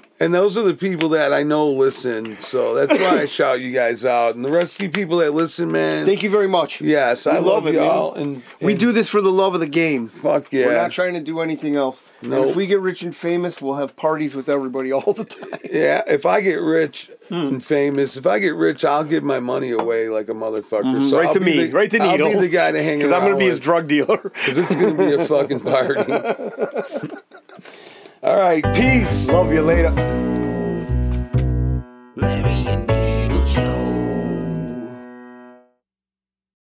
[SPEAKER 1] Yeah. And those are the people that I know listen. So that's why I shout you guys out. And the rest of you people that listen, man.
[SPEAKER 2] Thank you very much.
[SPEAKER 1] yes, I
[SPEAKER 2] We
[SPEAKER 1] love,
[SPEAKER 2] love it, man.
[SPEAKER 1] y'all. And,
[SPEAKER 2] We
[SPEAKER 1] and
[SPEAKER 2] do this for the love of the game.
[SPEAKER 1] Fuck yeah.
[SPEAKER 2] We're not trying to do anything else. And
[SPEAKER 1] Nope.
[SPEAKER 2] if we get rich and famous, we'll have parties with everybody all the time.
[SPEAKER 1] Yeah, if I get rich
[SPEAKER 2] Hmm.
[SPEAKER 1] and famous, if I get rich, I'll give my money away like a motherfucker. so
[SPEAKER 2] Mm-hmm. right
[SPEAKER 1] I'll
[SPEAKER 2] to
[SPEAKER 1] be
[SPEAKER 2] me,
[SPEAKER 1] the-
[SPEAKER 2] right to
[SPEAKER 1] I'll
[SPEAKER 2] Needle.
[SPEAKER 1] be the guy to hang
[SPEAKER 2] Because
[SPEAKER 1] around
[SPEAKER 2] I'm going to be his
[SPEAKER 1] with.
[SPEAKER 2] drug dealer.
[SPEAKER 1] 'Cause it's gonna be a fucking party. All right, peace.
[SPEAKER 2] Love you later.
[SPEAKER 4] Larry and Needle Show.